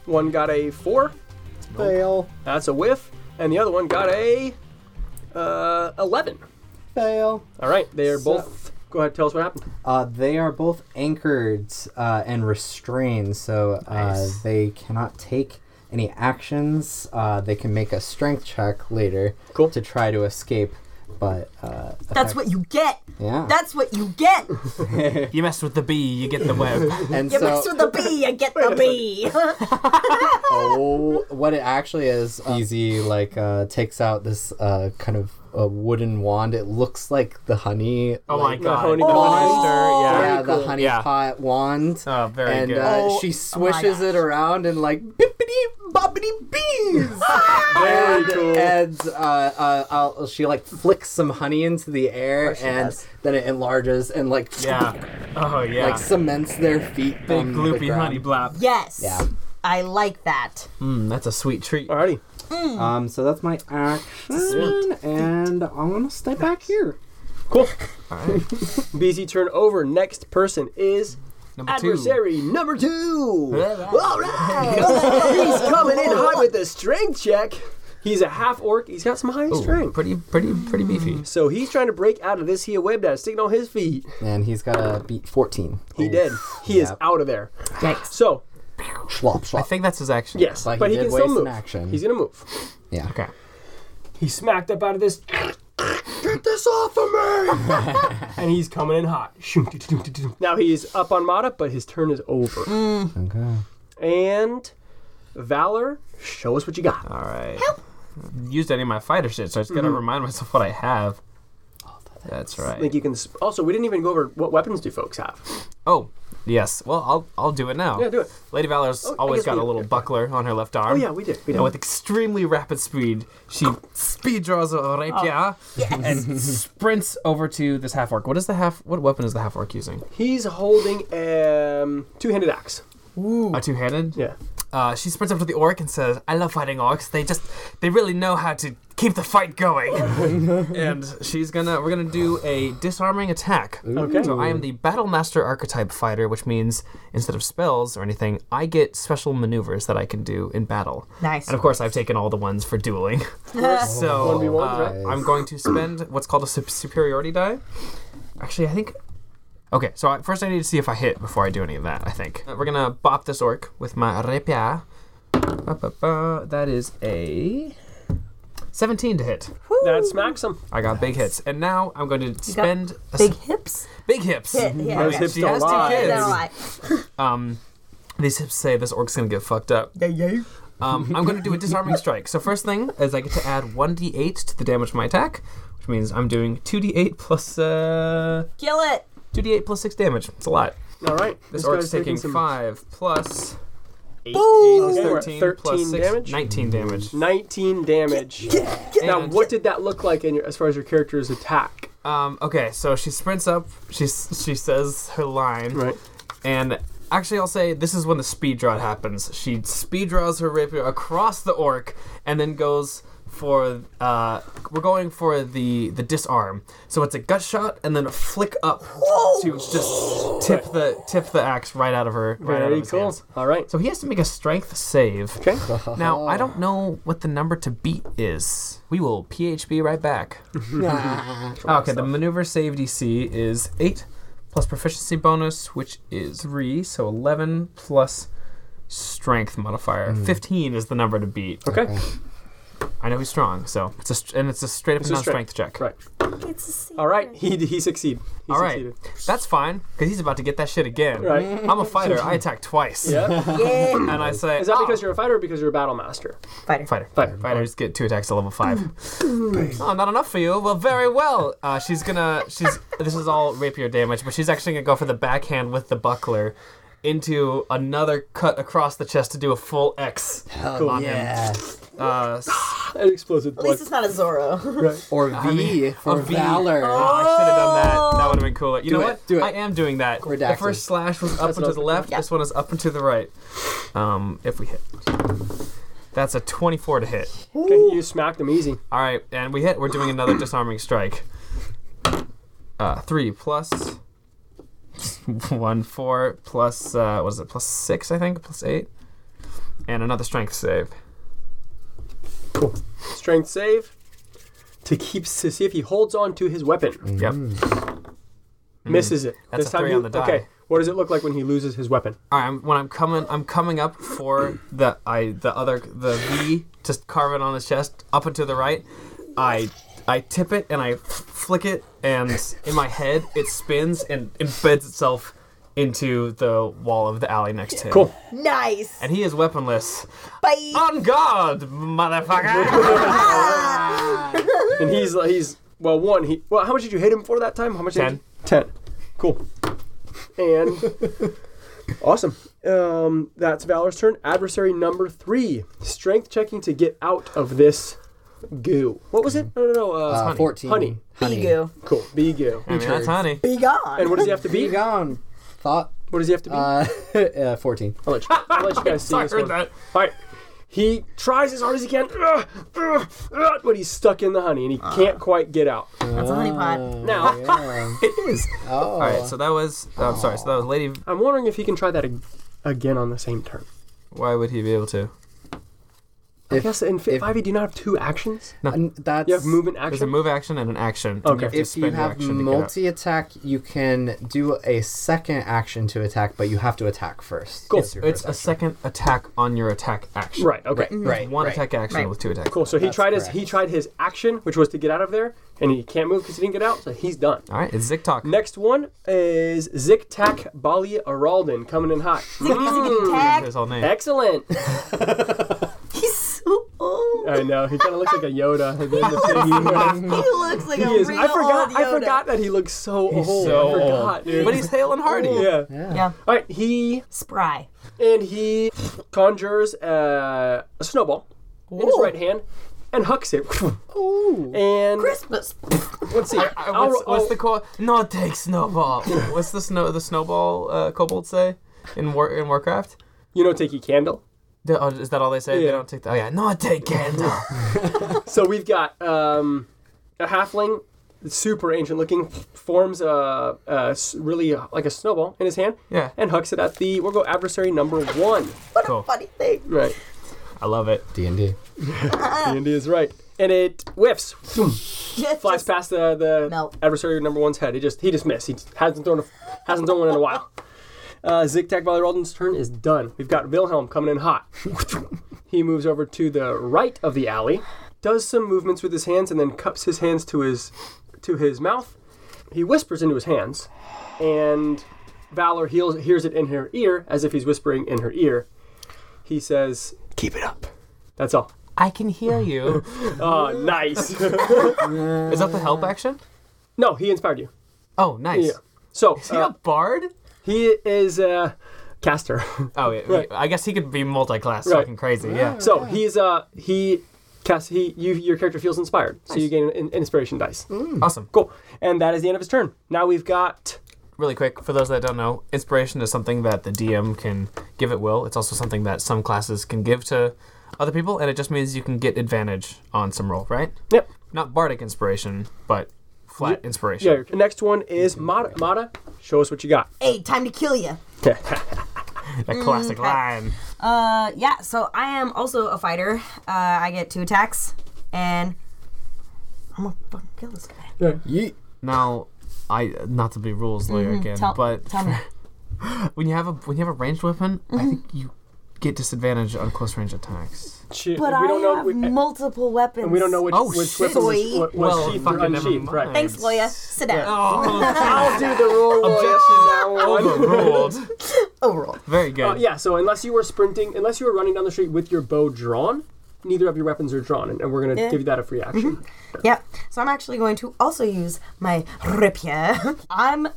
Speaker 5: One got a four.
Speaker 2: Fail.
Speaker 5: That's a whiff, and the other one got a uh, eleven.
Speaker 2: Fail.
Speaker 5: All right, they are
Speaker 2: So-
Speaker 5: both. Go ahead, tell us what happened.
Speaker 2: Uh, they are both anchored uh, and restrained, so uh,
Speaker 6: Nice.
Speaker 2: they cannot take any actions, uh, they can make a strength check later
Speaker 5: Cool.
Speaker 2: to try to escape. But uh,
Speaker 1: That's what you get.
Speaker 2: Yeah.
Speaker 1: That's what you get.
Speaker 3: You mess with the bee, you get the web.
Speaker 2: and
Speaker 1: You
Speaker 2: so,
Speaker 1: mix with the bee, you get the bee.
Speaker 2: Oh, what it actually is, uh, Easy like uh, takes out this uh, kind of uh wooden wand. It looks like the honey.
Speaker 3: Oh my
Speaker 2: like,
Speaker 5: The
Speaker 3: god.
Speaker 5: honey, the honey stir, yeah.
Speaker 2: Yeah, the honey
Speaker 3: Yeah.
Speaker 2: pot wand.
Speaker 3: Oh, very
Speaker 2: and
Speaker 3: good.
Speaker 2: Uh,
Speaker 1: Oh,
Speaker 2: she
Speaker 1: oh my
Speaker 2: swishes it
Speaker 1: gosh.
Speaker 2: around and like bippity boppity bees.
Speaker 5: Very
Speaker 2: and
Speaker 5: cool.
Speaker 2: and, uh, uh, I'll, she like flicks some honey into the air, and
Speaker 1: does.
Speaker 2: then it enlarges and like
Speaker 3: yeah. Oh yeah.
Speaker 2: like cements their feet.
Speaker 3: Big
Speaker 2: on the
Speaker 3: gloopy
Speaker 2: ground.
Speaker 3: honey blap.
Speaker 1: yes.
Speaker 2: Yeah.
Speaker 1: I like that.
Speaker 3: Mm, that's a sweet treat.
Speaker 5: Alrighty.
Speaker 2: Um, so that's my action, and I'm gonna stay back here.
Speaker 5: Cool.
Speaker 3: Alright.
Speaker 5: BZ turn over. Next person is
Speaker 3: Number two.
Speaker 5: adversary number two.
Speaker 3: Alright.
Speaker 5: All right. He's coming in hot with a strength check. He's a half orc. He's got some high
Speaker 3: Ooh,
Speaker 5: strength.
Speaker 3: Pretty, pretty, pretty beefy.
Speaker 5: So he's trying to break out of this here web that's sticking on his feet.
Speaker 2: And he's got to beat 14.
Speaker 5: He did. He is
Speaker 2: Yep.
Speaker 5: out of there. So
Speaker 2: Schlop, schlop.
Speaker 3: I think that's his action.
Speaker 5: yes,
Speaker 2: But he
Speaker 5: but he,
Speaker 2: did
Speaker 5: can still
Speaker 2: waste an
Speaker 5: move.
Speaker 2: action.
Speaker 5: He's gonna move.
Speaker 2: yeah.
Speaker 3: Okay.
Speaker 5: He smacked up out of this. Get this off of me! and he's coming in hot. Now he's up on Mata, but his turn is over.
Speaker 2: Mm. Okay.
Speaker 5: And Valor, show us what you got.
Speaker 3: All right. Used any of my fighter shit, so I just gotta remind myself what I have. That's
Speaker 5: I
Speaker 3: right.
Speaker 5: think Mm-hmm. you can. Sp- also, we didn't even go over what weapons do folks have.
Speaker 3: Oh, yes. Well, I'll I'll do it now.
Speaker 2: Oh.
Speaker 5: Yeah, do it.
Speaker 3: Lady Valor's
Speaker 5: Oh, I
Speaker 3: always
Speaker 5: guess
Speaker 3: got
Speaker 5: we-
Speaker 3: a little buckler on her left
Speaker 5: Oh
Speaker 3: arm.
Speaker 5: yeah, we did. We did.
Speaker 3: And with extremely rapid speed, she speed draws a
Speaker 5: Oh,
Speaker 3: rapier and sprints over to this half orc. What is the half? What weapon is the half orc using?
Speaker 5: He's holding um two-handed axe.
Speaker 3: A two-handed.
Speaker 5: Yeah.
Speaker 3: Uh, she sprints up to the orc and says, "I love fighting orcs. They just they really know how to keep the fight going." and she's gonna we're gonna do a disarming attack.
Speaker 5: Okay.
Speaker 3: So I am the battle master archetype fighter, which means instead of spells or anything, I get special maneuvers that I can do in battle.
Speaker 1: Nice.
Speaker 3: And of course, I've taken all the ones for dueling.
Speaker 5: Oh,
Speaker 3: so
Speaker 5: 1v1s,
Speaker 3: uh,
Speaker 5: right?
Speaker 3: I'm going to spend what's called a sup- superiority die. Actually, I think. Okay, so I, first I need to see if I hit before I do any of that. I think Uh, we're gonna bop this orc with my rapier. Ba, ba, ba. That is a 17 to hit.
Speaker 5: That smacks him.
Speaker 3: I got big hits, and now I'm going to spend a
Speaker 1: Big
Speaker 3: s-
Speaker 1: hips.
Speaker 3: big hips.
Speaker 1: Hit, yeah,
Speaker 5: Those
Speaker 1: okay.
Speaker 5: hips
Speaker 3: She
Speaker 5: don't
Speaker 3: has two
Speaker 5: lie.
Speaker 1: Is
Speaker 3: kids.
Speaker 1: that a lie?
Speaker 3: Um, these hips say this orc's gonna get fucked up. Um, I'm gonna do a disarming strike. So first thing is I get to add 1d8 to the damage of my attack, which means I'm doing 2d8 plus uh,
Speaker 1: Kill it.
Speaker 3: 2d8 plus six damage. It's a lot.
Speaker 5: All right.
Speaker 3: This, orc's
Speaker 5: guy's taking
Speaker 3: taking
Speaker 5: some
Speaker 3: five plus eight plus
Speaker 5: Okay, we're at
Speaker 3: 13,
Speaker 5: 13
Speaker 3: plus six,
Speaker 5: damage?
Speaker 3: 19 damage.
Speaker 5: 19 damage. Now,
Speaker 3: And-
Speaker 5: what did that look like in your, as far as your character's attack?
Speaker 3: Um, okay, so she sprints up. She s- she says her line.
Speaker 5: Right.
Speaker 3: And actually, I'll say this is when the speed draw happens. She speed draws her rapier across the orc, and then goes for uh, we're going for the the disarm. So it's a gut shot and then a flick up to just tip the tip the axe right out of her right out of
Speaker 5: Very
Speaker 3: his
Speaker 5: cool.
Speaker 3: hands.
Speaker 5: All right.
Speaker 3: So he has to make a strength save.
Speaker 5: Okay.
Speaker 3: Now
Speaker 5: Uh-huh.
Speaker 3: I don't know what the number to beat is. We will PHB right back. Okay, the maneuver save DC is 8 plus proficiency bonus, which is 3, so 11 plus strength modifier. 15 is the number to beat.
Speaker 5: Okay.
Speaker 3: I know he's strong, so it's a st- and it's a straight up
Speaker 5: a
Speaker 3: non strength check.
Speaker 5: Right.
Speaker 1: It's a secret.
Speaker 5: All right. He he succeed. He
Speaker 3: All right,
Speaker 5: succeeded.
Speaker 3: that's fine because he's about to get that shit again.
Speaker 5: Right.
Speaker 3: I'm a fighter. I attack twice,
Speaker 5: Yeah.
Speaker 1: Yeah.
Speaker 3: and I say,
Speaker 5: Is that
Speaker 3: "Ah,
Speaker 5: because you're a fighter or because you're a battle master?
Speaker 1: Fighter.
Speaker 3: Fighter.
Speaker 5: Fighter.
Speaker 3: Fighters get two attacks to level five. oh, not enough for you. Well, very well. Uh, she's gonna. She's. This is all rapier damage, but she's actually gonna go for the backhand with the buckler, into another cut across the chest to do a full X on him. Uh, s-
Speaker 5: It exploded.
Speaker 1: At least it's not a Zoro.
Speaker 2: Or V for
Speaker 3: a V.
Speaker 2: Valor.
Speaker 3: Oh, I should have done that. That would have been cooler. You
Speaker 2: Do
Speaker 3: know
Speaker 2: it,
Speaker 3: what?
Speaker 2: do it.
Speaker 3: I am doing that. The
Speaker 2: Redacted.
Speaker 3: first slash was up and
Speaker 5: what I
Speaker 3: to
Speaker 5: was
Speaker 3: the left.
Speaker 1: Yeah.
Speaker 3: This one is up and to the right. Um, if we hit, that's a twenty-four to hit.
Speaker 5: Okay, you smacked him easy.
Speaker 3: All right, and we hit. We're doing another disarming strike. Uh, three plus one, four plus uh, what is it? Plus six, I think. Plus eight, and another strength save.
Speaker 5: Strength save to keep to see if he holds on to his weapon.
Speaker 3: Yep.
Speaker 5: Misses it.
Speaker 3: That's
Speaker 5: this
Speaker 3: Mm-hmm. a
Speaker 5: time
Speaker 3: three
Speaker 5: you,
Speaker 3: on the die.
Speaker 5: Okay. What does it look like when he loses his weapon?
Speaker 3: All right, I'm, when I'm coming, I'm coming up for the I the other the V to carve it on his chest up and to the right. I I tip it and I f- flick it, and in my head it spins and embeds itself into the wall of the alley next to him.
Speaker 5: Cool.
Speaker 1: Nice.
Speaker 3: And he is weaponless.
Speaker 1: Bye.
Speaker 3: On guard, motherfucker!
Speaker 5: And he's uh, he's well one he well how much did you hit him for that time? How much? did
Speaker 3: Ten.
Speaker 5: you- Ten. Cool. And awesome. Um, that's Valor's turn. Adversary number three. Strength checking to get out of this goo. What was it? I don't know. Uh,
Speaker 2: Uh,
Speaker 3: honey.
Speaker 2: 14.
Speaker 5: Honey.
Speaker 1: Bigu.
Speaker 5: Cool. Be goo.
Speaker 3: I mean, that's honey.
Speaker 1: Be
Speaker 5: And
Speaker 1: gone.
Speaker 5: what does he have to
Speaker 2: Be
Speaker 5: be?
Speaker 2: gone. Thought.
Speaker 5: What does he have to be?
Speaker 2: Uh, uh, 14.
Speaker 3: Oh,
Speaker 5: I'll, let you, I'll let you guys see
Speaker 3: I
Speaker 5: this
Speaker 3: heard
Speaker 5: one.
Speaker 3: that.
Speaker 5: All right. He tries as hard as he can, ugh, ugh, ugh, but he's stuck in the honey and he can't quite get out.
Speaker 1: That's a honey pot.
Speaker 5: Now,
Speaker 2: Yeah.
Speaker 3: It is.
Speaker 2: Oh.
Speaker 3: All right, so that was. I'm sorry. So that was Lady.
Speaker 5: I'm wondering if he can try that ag- again on the same turn.
Speaker 3: Why would he be able to?
Speaker 5: I
Speaker 2: If-
Speaker 5: guess in fi-
Speaker 2: if-
Speaker 5: 5e, do you not have two actions?
Speaker 2: And that's
Speaker 5: You have movement
Speaker 3: There's a
Speaker 5: action.
Speaker 3: move action and an action. and
Speaker 5: Okay.
Speaker 3: have to
Speaker 2: if you
Speaker 3: spend your
Speaker 2: have
Speaker 3: action to get out.
Speaker 2: multi attack, you can do a second action to attack, but you have to attack first.
Speaker 5: Cool.
Speaker 2: It's your
Speaker 3: It's
Speaker 2: first
Speaker 3: a second attack on your attack action.
Speaker 5: Right, okay.
Speaker 2: action. Right.
Speaker 3: One
Speaker 2: right.
Speaker 3: attack action
Speaker 1: right.
Speaker 3: with two attacks.
Speaker 5: Cool. So he
Speaker 2: That's
Speaker 5: tried his
Speaker 2: correct.
Speaker 5: he tried his action, which was to get out of there, and he can't move because he didn't get out, so he's done.
Speaker 3: All right, it's Zick Talk.
Speaker 5: Next one is Zik Tak Bali Araldin coming in hot.
Speaker 1: Tag.
Speaker 3: His whole name.
Speaker 5: Excellent.
Speaker 1: He's so old.
Speaker 5: I know he kind of looks like a Yoda. He is-
Speaker 1: He looks like a
Speaker 5: he is-
Speaker 1: real
Speaker 5: I forgot.
Speaker 1: old
Speaker 5: I
Speaker 1: Yoda.
Speaker 5: forgot that he looks so old.
Speaker 3: so
Speaker 5: I forgot,
Speaker 3: old.
Speaker 5: dude.
Speaker 3: But he's hale and hearty.
Speaker 5: yeah.
Speaker 1: Yeah.
Speaker 5: All right. He
Speaker 1: Spry.
Speaker 5: and he conjures uh, a snowball in his right hand and hucks it. And
Speaker 1: Christmas.
Speaker 5: let's see.
Speaker 3: Uh,
Speaker 5: I'll-
Speaker 3: What's, what's
Speaker 5: I'll-
Speaker 3: the call? No, take snowball. what's the snow? The snowball uh, kobold say in War in Warcraft?
Speaker 5: you know, Tiki Candle.
Speaker 3: Do- oh, is that all they say?
Speaker 5: Yeah.
Speaker 3: They don't take. The, oh yeah, no, take candle.
Speaker 5: So we've got um, a halfling, super ancient looking, forms a, a s- really uh, like a snowball in his hand.
Speaker 3: Yeah.
Speaker 5: And hucks it at the we'll go adversary number one.
Speaker 1: What
Speaker 3: Cool.
Speaker 1: a funny thing.
Speaker 5: Right.
Speaker 3: I love it.
Speaker 2: D&D.
Speaker 5: The Indy is right. And it whiffs,
Speaker 1: Just,
Speaker 5: flies
Speaker 1: just
Speaker 5: past the, the
Speaker 1: Melt.
Speaker 5: adversary number one's head. He just he just missed. He just hasn't thrown a, hasn't thrown one in a while. Uh, Zigtag Valley Rolden's turn is done. We've got Wilhelm coming in hot. he moves over to the right of the alley, does some movements with his hands, and then cups his hands to his to his mouth. He whispers into his hands, and Valor heals, hears it in her ear as if he's whispering in her ear. He says, "Keep it up." That's all.
Speaker 3: I can hear you.
Speaker 5: Oh, nice.
Speaker 3: is that the help action?
Speaker 5: no, he inspired you.
Speaker 3: Oh, nice.
Speaker 5: Yeah. So
Speaker 3: Is he
Speaker 5: uh,
Speaker 3: a bard?
Speaker 5: he is a caster.
Speaker 3: Oh, yeah, I guess he could be multi-class.
Speaker 5: Right.
Speaker 3: Fucking crazy. Yeah.
Speaker 5: so he's uh he cast he you your character feels inspired. So you gain an inspiration dice.
Speaker 1: Mm-hmm.
Speaker 3: Awesome.
Speaker 5: Cool. And that is the end of his turn. Now we've got
Speaker 3: really quick for those that don't know inspiration is something that the dm can give at will it's also something that some classes can give to other people and it just means you can get advantage on some roll right
Speaker 5: yep.
Speaker 3: not bardic inspiration but flat inspiration
Speaker 5: Yeah. The next one is Mata. Mata, show us what you got.
Speaker 1: hey, time to kill you.
Speaker 3: that classic line
Speaker 1: Uh, yeah. So I am also a fighter. Uh, I get two attacks, and I'm gonna fucking kill this guy.
Speaker 2: Yeet.
Speaker 3: now i not to be rules lawyer again
Speaker 1: Mm-hmm. Tell,
Speaker 3: but
Speaker 1: tell me.
Speaker 3: when you have a when you have a ranged weapon i think you get disadvantage on close range attacks
Speaker 5: She,
Speaker 1: But I have
Speaker 5: we, and
Speaker 1: multiple weapons.
Speaker 5: we don't know which
Speaker 3: Oh,
Speaker 5: which
Speaker 3: shit.
Speaker 5: weapon was,
Speaker 1: Sweet.
Speaker 5: what, was
Speaker 3: Well,
Speaker 5: sheathed or
Speaker 3: fucking never
Speaker 5: unsheathed. Right.
Speaker 3: mind.
Speaker 1: Thanks, Loya. Sit down.
Speaker 3: oh
Speaker 5: I'll do the rule. Objection now.
Speaker 3: overruled
Speaker 1: Overall.
Speaker 3: very good
Speaker 5: Uh, yeah, so unless you were sprinting, unless you were running down the street with your bow drawn, neither of your weapons are drawn, and, and we're going to
Speaker 1: Yeah. Mm-hmm.
Speaker 5: give you that a free action.
Speaker 1: Yep. So I'm actually going to also use my rapier. I'm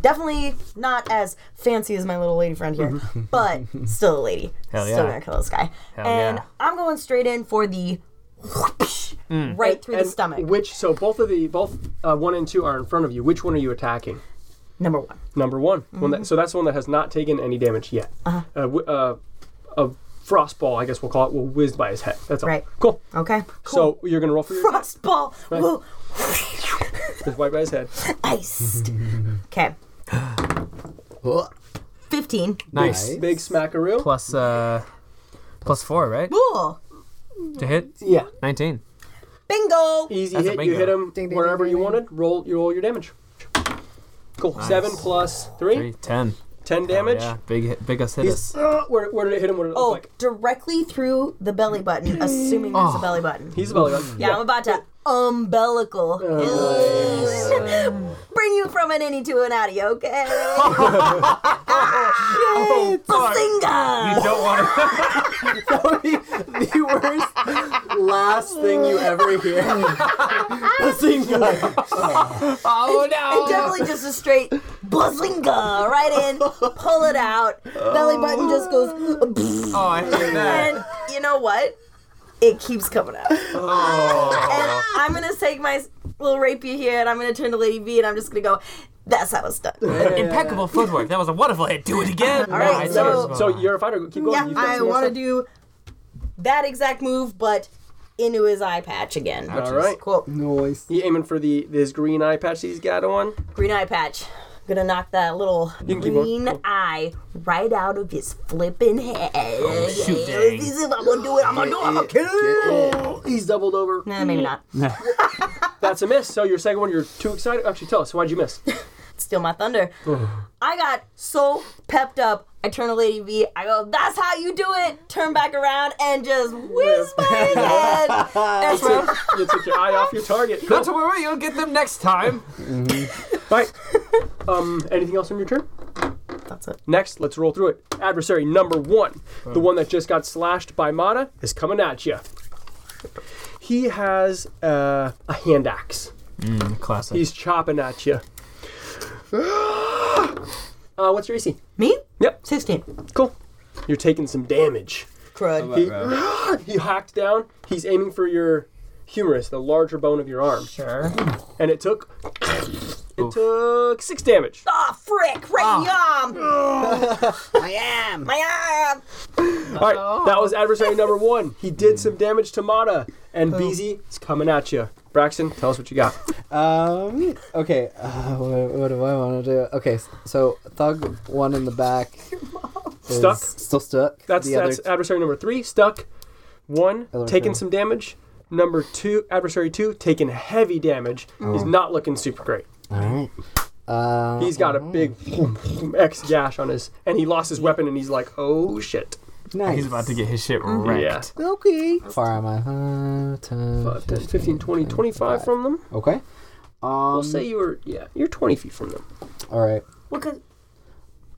Speaker 1: definitely not as fancy as my little lady friend here,
Speaker 5: Mm-hmm.
Speaker 1: but still a lady.
Speaker 3: Hell
Speaker 1: Still
Speaker 3: yeah.
Speaker 1: gonna kill this guy.
Speaker 3: Hell
Speaker 1: and
Speaker 3: yeah.
Speaker 1: I'm going straight in for the whoopsh right through
Speaker 5: Mm. And
Speaker 1: the stomach.
Speaker 5: Which so both of the both uh, one and two are in front of you. Which one are you attacking?
Speaker 1: Number one.
Speaker 5: Number one. One
Speaker 1: Mm-hmm.
Speaker 5: that, so that's the one that has not taken any damage yet. Uh-huh. Uh, wi- uh, a frost ball, I guess we'll call it, will whiz by his head. That's all.
Speaker 1: Right.
Speaker 5: Cool.
Speaker 1: Okay.
Speaker 5: So you're gonna roll for your
Speaker 1: Frostball. Whoa.
Speaker 5: just right by his head.
Speaker 1: Iced. Okay.
Speaker 2: Ugh.
Speaker 1: 15.
Speaker 3: nice
Speaker 2: Nice.
Speaker 5: Big smackaroo.
Speaker 3: plus uh plus four right
Speaker 1: Cool.
Speaker 3: to hit
Speaker 5: Yeah.
Speaker 3: 19
Speaker 1: Bingo.
Speaker 5: Easy
Speaker 3: That's a
Speaker 5: hit. You
Speaker 3: bingo.
Speaker 5: hit him
Speaker 2: Ding, ding,
Speaker 5: wherever
Speaker 2: ding,
Speaker 5: you
Speaker 2: ding,
Speaker 5: wanted. Roll. You roll your damage. Cool. Seven plus three.
Speaker 3: Three, ten.
Speaker 5: Ten damage.
Speaker 3: Yeah, big hit, big us hit
Speaker 5: He's,
Speaker 3: us.
Speaker 5: uh, where, where did it hit him? What did it
Speaker 1: Oh,
Speaker 5: look like?
Speaker 1: directly through the belly button, assuming there's a
Speaker 3: Oh.
Speaker 1: belly button.
Speaker 5: He's a belly
Speaker 3: Mm.
Speaker 5: button.
Speaker 1: yeah, I'm about to umbilical. Bring you from an innie to an outie, okay? Ah, Bazinga!
Speaker 6: You don't want to.
Speaker 2: That would be the worst last thing you ever hear. Bazinga!
Speaker 3: Oh no!
Speaker 1: Definitely just a straight bazinga right in, pull it out. Belly button just goes.
Speaker 6: Oh, I hate that.
Speaker 1: And you know what? It keeps coming out. And I'm gonna take my little rapier here, and I'm gonna turn to Lady V, and I'm just gonna go. That's how it's done.
Speaker 3: Impeccable footwork. That was a wonderful hit. Do it again. All
Speaker 1: right,
Speaker 3: I
Speaker 1: so-
Speaker 3: know what's
Speaker 5: So
Speaker 3: going on.
Speaker 5: you're a fighter. Keep going.
Speaker 1: Yeah,
Speaker 5: You've got
Speaker 1: I
Speaker 5: some more
Speaker 1: want to
Speaker 5: stuff.
Speaker 1: do that exact move, but into his eye patch again.
Speaker 5: All right.
Speaker 1: Cool.
Speaker 2: Noise.
Speaker 5: You aiming for the this green eye patch he's got on?
Speaker 1: Green eye patch. Gonna knock that little
Speaker 5: can keep going.
Speaker 1: green eye right out of his flipping head. Oh,
Speaker 3: shoot, dang.
Speaker 1: I'm gonna do it. I'm gonna do it. I'm gonna kill it.
Speaker 5: Oh, He's doubled over.
Speaker 1: Nah, maybe not.
Speaker 5: That's a miss. So your second one, you're too excited. Actually, tell us why'd you miss?
Speaker 1: Steal my thunder. I got so pepped up. I turn to Lady V. I go, that's how you do it. Turn back around and just whiz by his head. That's where-
Speaker 5: you took your eye off your target.
Speaker 6: Not to worry, you'll get them next time.
Speaker 5: Right. Um, anything else on your turn?
Speaker 1: That's it.
Speaker 5: Next, let's roll through it. Adversary number one, the one that just got slashed by Mata, is coming at you. He has uh, a hand axe.
Speaker 3: Classic.
Speaker 5: He's chopping at you. uh, what's your AC?
Speaker 1: Me?
Speaker 5: Yep.
Speaker 1: 16.
Speaker 5: Cool. You're taking some damage.
Speaker 1: Crud.
Speaker 5: He, he hacked down. He's aiming for your humerus, the larger bone of your arm,
Speaker 1: Sure.
Speaker 5: and it took it took six damage.
Speaker 1: Ah, frick! Right in
Speaker 5: Ah.
Speaker 1: the arm!
Speaker 2: I am!
Speaker 1: My arm!
Speaker 5: All right, that was adversary number one. He did some damage to Mata, and BZ is coming at you. Braxton, tell us what you got.
Speaker 2: Um, okay, uh, what, what do I want to do? Okay, s- so thug one in the back. is
Speaker 5: Stuck?
Speaker 2: Still stuck.
Speaker 5: That's
Speaker 2: the
Speaker 5: that's
Speaker 2: other.
Speaker 5: adversary number three, stuck. One,
Speaker 2: Other
Speaker 5: taking
Speaker 2: two.
Speaker 5: some damage. Number two, adversary two, taking heavy damage.
Speaker 2: Oh.
Speaker 5: He's not looking super great.
Speaker 2: Alright. Um,
Speaker 5: He's got a big X gash on his, and he lost his weapon, and he's like, oh shit.
Speaker 2: Uh, nice.
Speaker 3: He's about to get his shit wrecked.
Speaker 5: Yeah.
Speaker 2: Okay. Far am I? Uh, 10,
Speaker 5: Uh, 10, 15, 20, 25 from them.
Speaker 2: Okay. Um,
Speaker 5: We'll say you were, yeah, you're 20 feet from them.
Speaker 2: Alright.
Speaker 1: What could.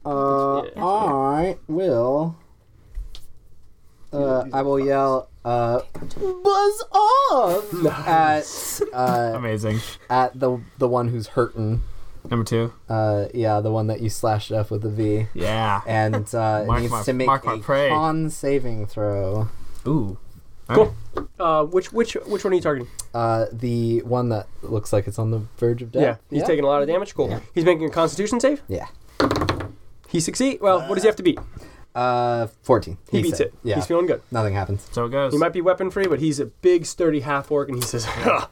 Speaker 2: Uh,
Speaker 5: Yeah.
Speaker 2: I will. Uh, I will yell, uh, buzz off at, uh,
Speaker 3: Amazing.
Speaker 2: at the the one who's hurting.
Speaker 3: Number two.
Speaker 2: Uh, yeah, the one that you slashed up with the V,
Speaker 3: Yeah.
Speaker 2: and uh,
Speaker 3: Mark
Speaker 2: needs
Speaker 3: my-
Speaker 2: to make
Speaker 3: mark my
Speaker 2: a
Speaker 3: prey.
Speaker 2: con saving throw.
Speaker 3: Ooh.
Speaker 5: Cool. Uh, which which which one are you targeting?
Speaker 2: Uh, the one that looks like it's on the verge of
Speaker 5: Yeah,
Speaker 2: death.
Speaker 5: he's taking a lot of damage. Cool. He's making a Constitution save.
Speaker 2: Yeah.
Speaker 5: He succeed. Well, what does he have to beat?
Speaker 2: Uh, fourteen.
Speaker 5: He beats it.
Speaker 2: Yeah.
Speaker 5: He's feeling good.
Speaker 2: Nothing happens.
Speaker 3: So it goes.
Speaker 5: He might be weapon free, but he's a big, sturdy half orc, and he says, "Ha."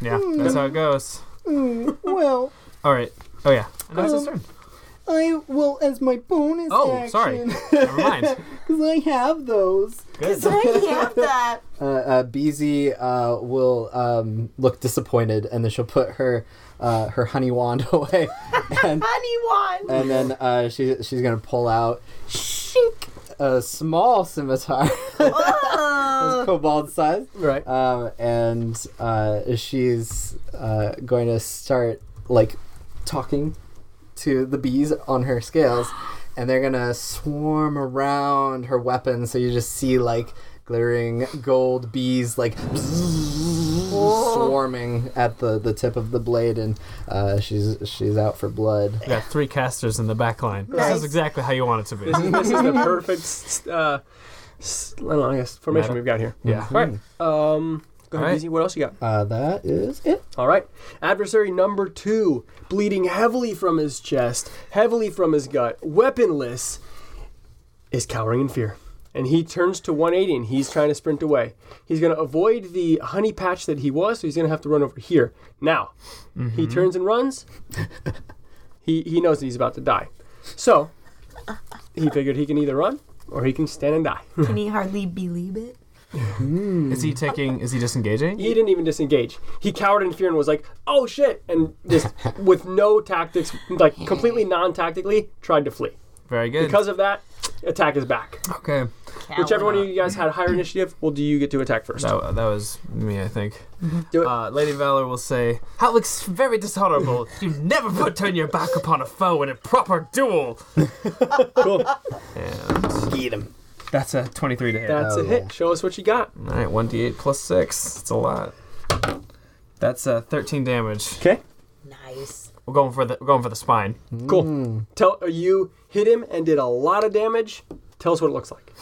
Speaker 3: yeah. That's how it goes.
Speaker 2: well,
Speaker 3: All right. Oh yeah. And now it's his
Speaker 5: Um,
Speaker 3: turn.
Speaker 2: I will as my bonus.
Speaker 3: Oh, sorry. Never mind.
Speaker 2: Because I have those.
Speaker 1: I have that.
Speaker 2: Uh, uh, BZ uh, will um, look disappointed, and then she'll put her uh, her honey wand away, and
Speaker 1: Honey one!
Speaker 2: and then uh, she she's gonna pull out
Speaker 1: Shink!
Speaker 2: a small scimitar,
Speaker 1: Oh!
Speaker 2: cobalt size,
Speaker 5: "Right."
Speaker 2: um, and uh, she's uh, going to start like talking to the bees on her scales, and they're gonna swarm around her weapon. So you just see like glittering gold bees like swarming at the, the tip of the blade, and uh, she's she's out for blood.
Speaker 3: We got three casters in the back line. This
Speaker 1: Nice.
Speaker 3: is exactly how you want it to be.
Speaker 5: this, is, this is the perfect s- uh, s- I don't know, I guess formation
Speaker 3: Meta.
Speaker 5: we've got here.
Speaker 3: Yeah.
Speaker 5: All right. Um, go ahead,
Speaker 3: All right.
Speaker 5: BZ. What else you got?
Speaker 2: Uh, that is it.
Speaker 5: All right. Adversary number two, bleeding heavily from his chest, heavily from his gut, weaponless, is cowering in fear. And he turns to 180 and he's trying to sprint away. He's going to avoid the honey patch that he was, so he's going to have to run over here. Now, he turns and runs. he, he knows that he's about to die. So, he figured he can either run or he can stand and die.
Speaker 1: Can he hardly believe it?
Speaker 3: Is he taking? Is he disengaging?
Speaker 5: He didn't even disengage. He cowered in fear and was like, "Oh shit!" and just with no tactics, like completely non-tactically, tried to flee.
Speaker 3: Very good.
Speaker 5: Because of that, attack is back.
Speaker 3: okay,
Speaker 5: Whichever one of you guys had higher initiative, well, do you get to attack first?
Speaker 3: that, that was me, I think.
Speaker 5: Do it.
Speaker 3: Uh, Lady Valor will say, "That looks very dishonorable. you never put turn your back upon a foe in a proper duel."
Speaker 5: cool.
Speaker 2: Eat him.
Speaker 3: That's a twenty-three to hit.
Speaker 5: That's a
Speaker 2: Oh,
Speaker 5: hit.
Speaker 2: yeah.
Speaker 5: Show us what you got.
Speaker 3: All right, one d8 plus six. It's a lot. That's uh, thirteen damage.
Speaker 5: Okay.
Speaker 1: Nice.
Speaker 3: We're going for the we're going for the spine.
Speaker 5: Cool.
Speaker 2: Hmm.
Speaker 5: Tell uh, you hit him and did a lot of damage. Tell us what it looks like.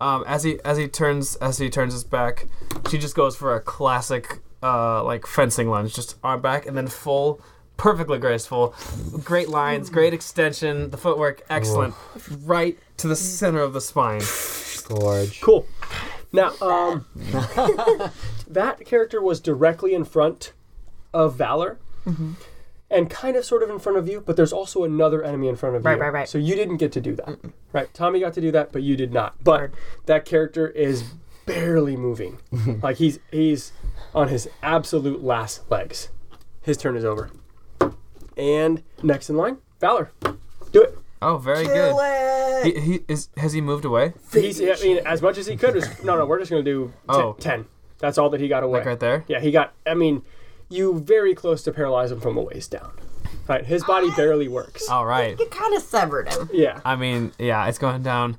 Speaker 3: um, as he as he turns as he turns his back, she just goes for a classic uh, like fencing lunge, just arm back and then full, perfectly graceful, great lines, great extension, the footwork excellent, right to the center of the spine.
Speaker 2: Gorge.
Speaker 5: Cool. Now, um, that character was directly in front of Valor,
Speaker 1: Mm-hmm.
Speaker 5: and kind of, sort of in front of you. But there's also another enemy in front of
Speaker 1: Right,
Speaker 5: you.
Speaker 1: right, right.
Speaker 5: So you didn't get to do that. Right. Tommy got to do that, but you did not. But that character is barely moving. like he's he's on his absolute last legs. His turn is over. And next in line, Valor. Do it.
Speaker 3: Oh, very
Speaker 1: Kill
Speaker 3: good.
Speaker 1: it.
Speaker 3: He, he is has he moved away?
Speaker 5: He's, I mean, as much as he could. Was, no, no, we're just gonna do t-
Speaker 3: Oh.
Speaker 5: ten. That's all that he got away.
Speaker 3: Like right there.
Speaker 5: Yeah, he got. I mean, you very close to paralyze him from the waist down. Right, his body barely works.
Speaker 3: All right.
Speaker 1: You kind of severed him.
Speaker 5: Yeah,
Speaker 3: I mean, yeah, it's going down.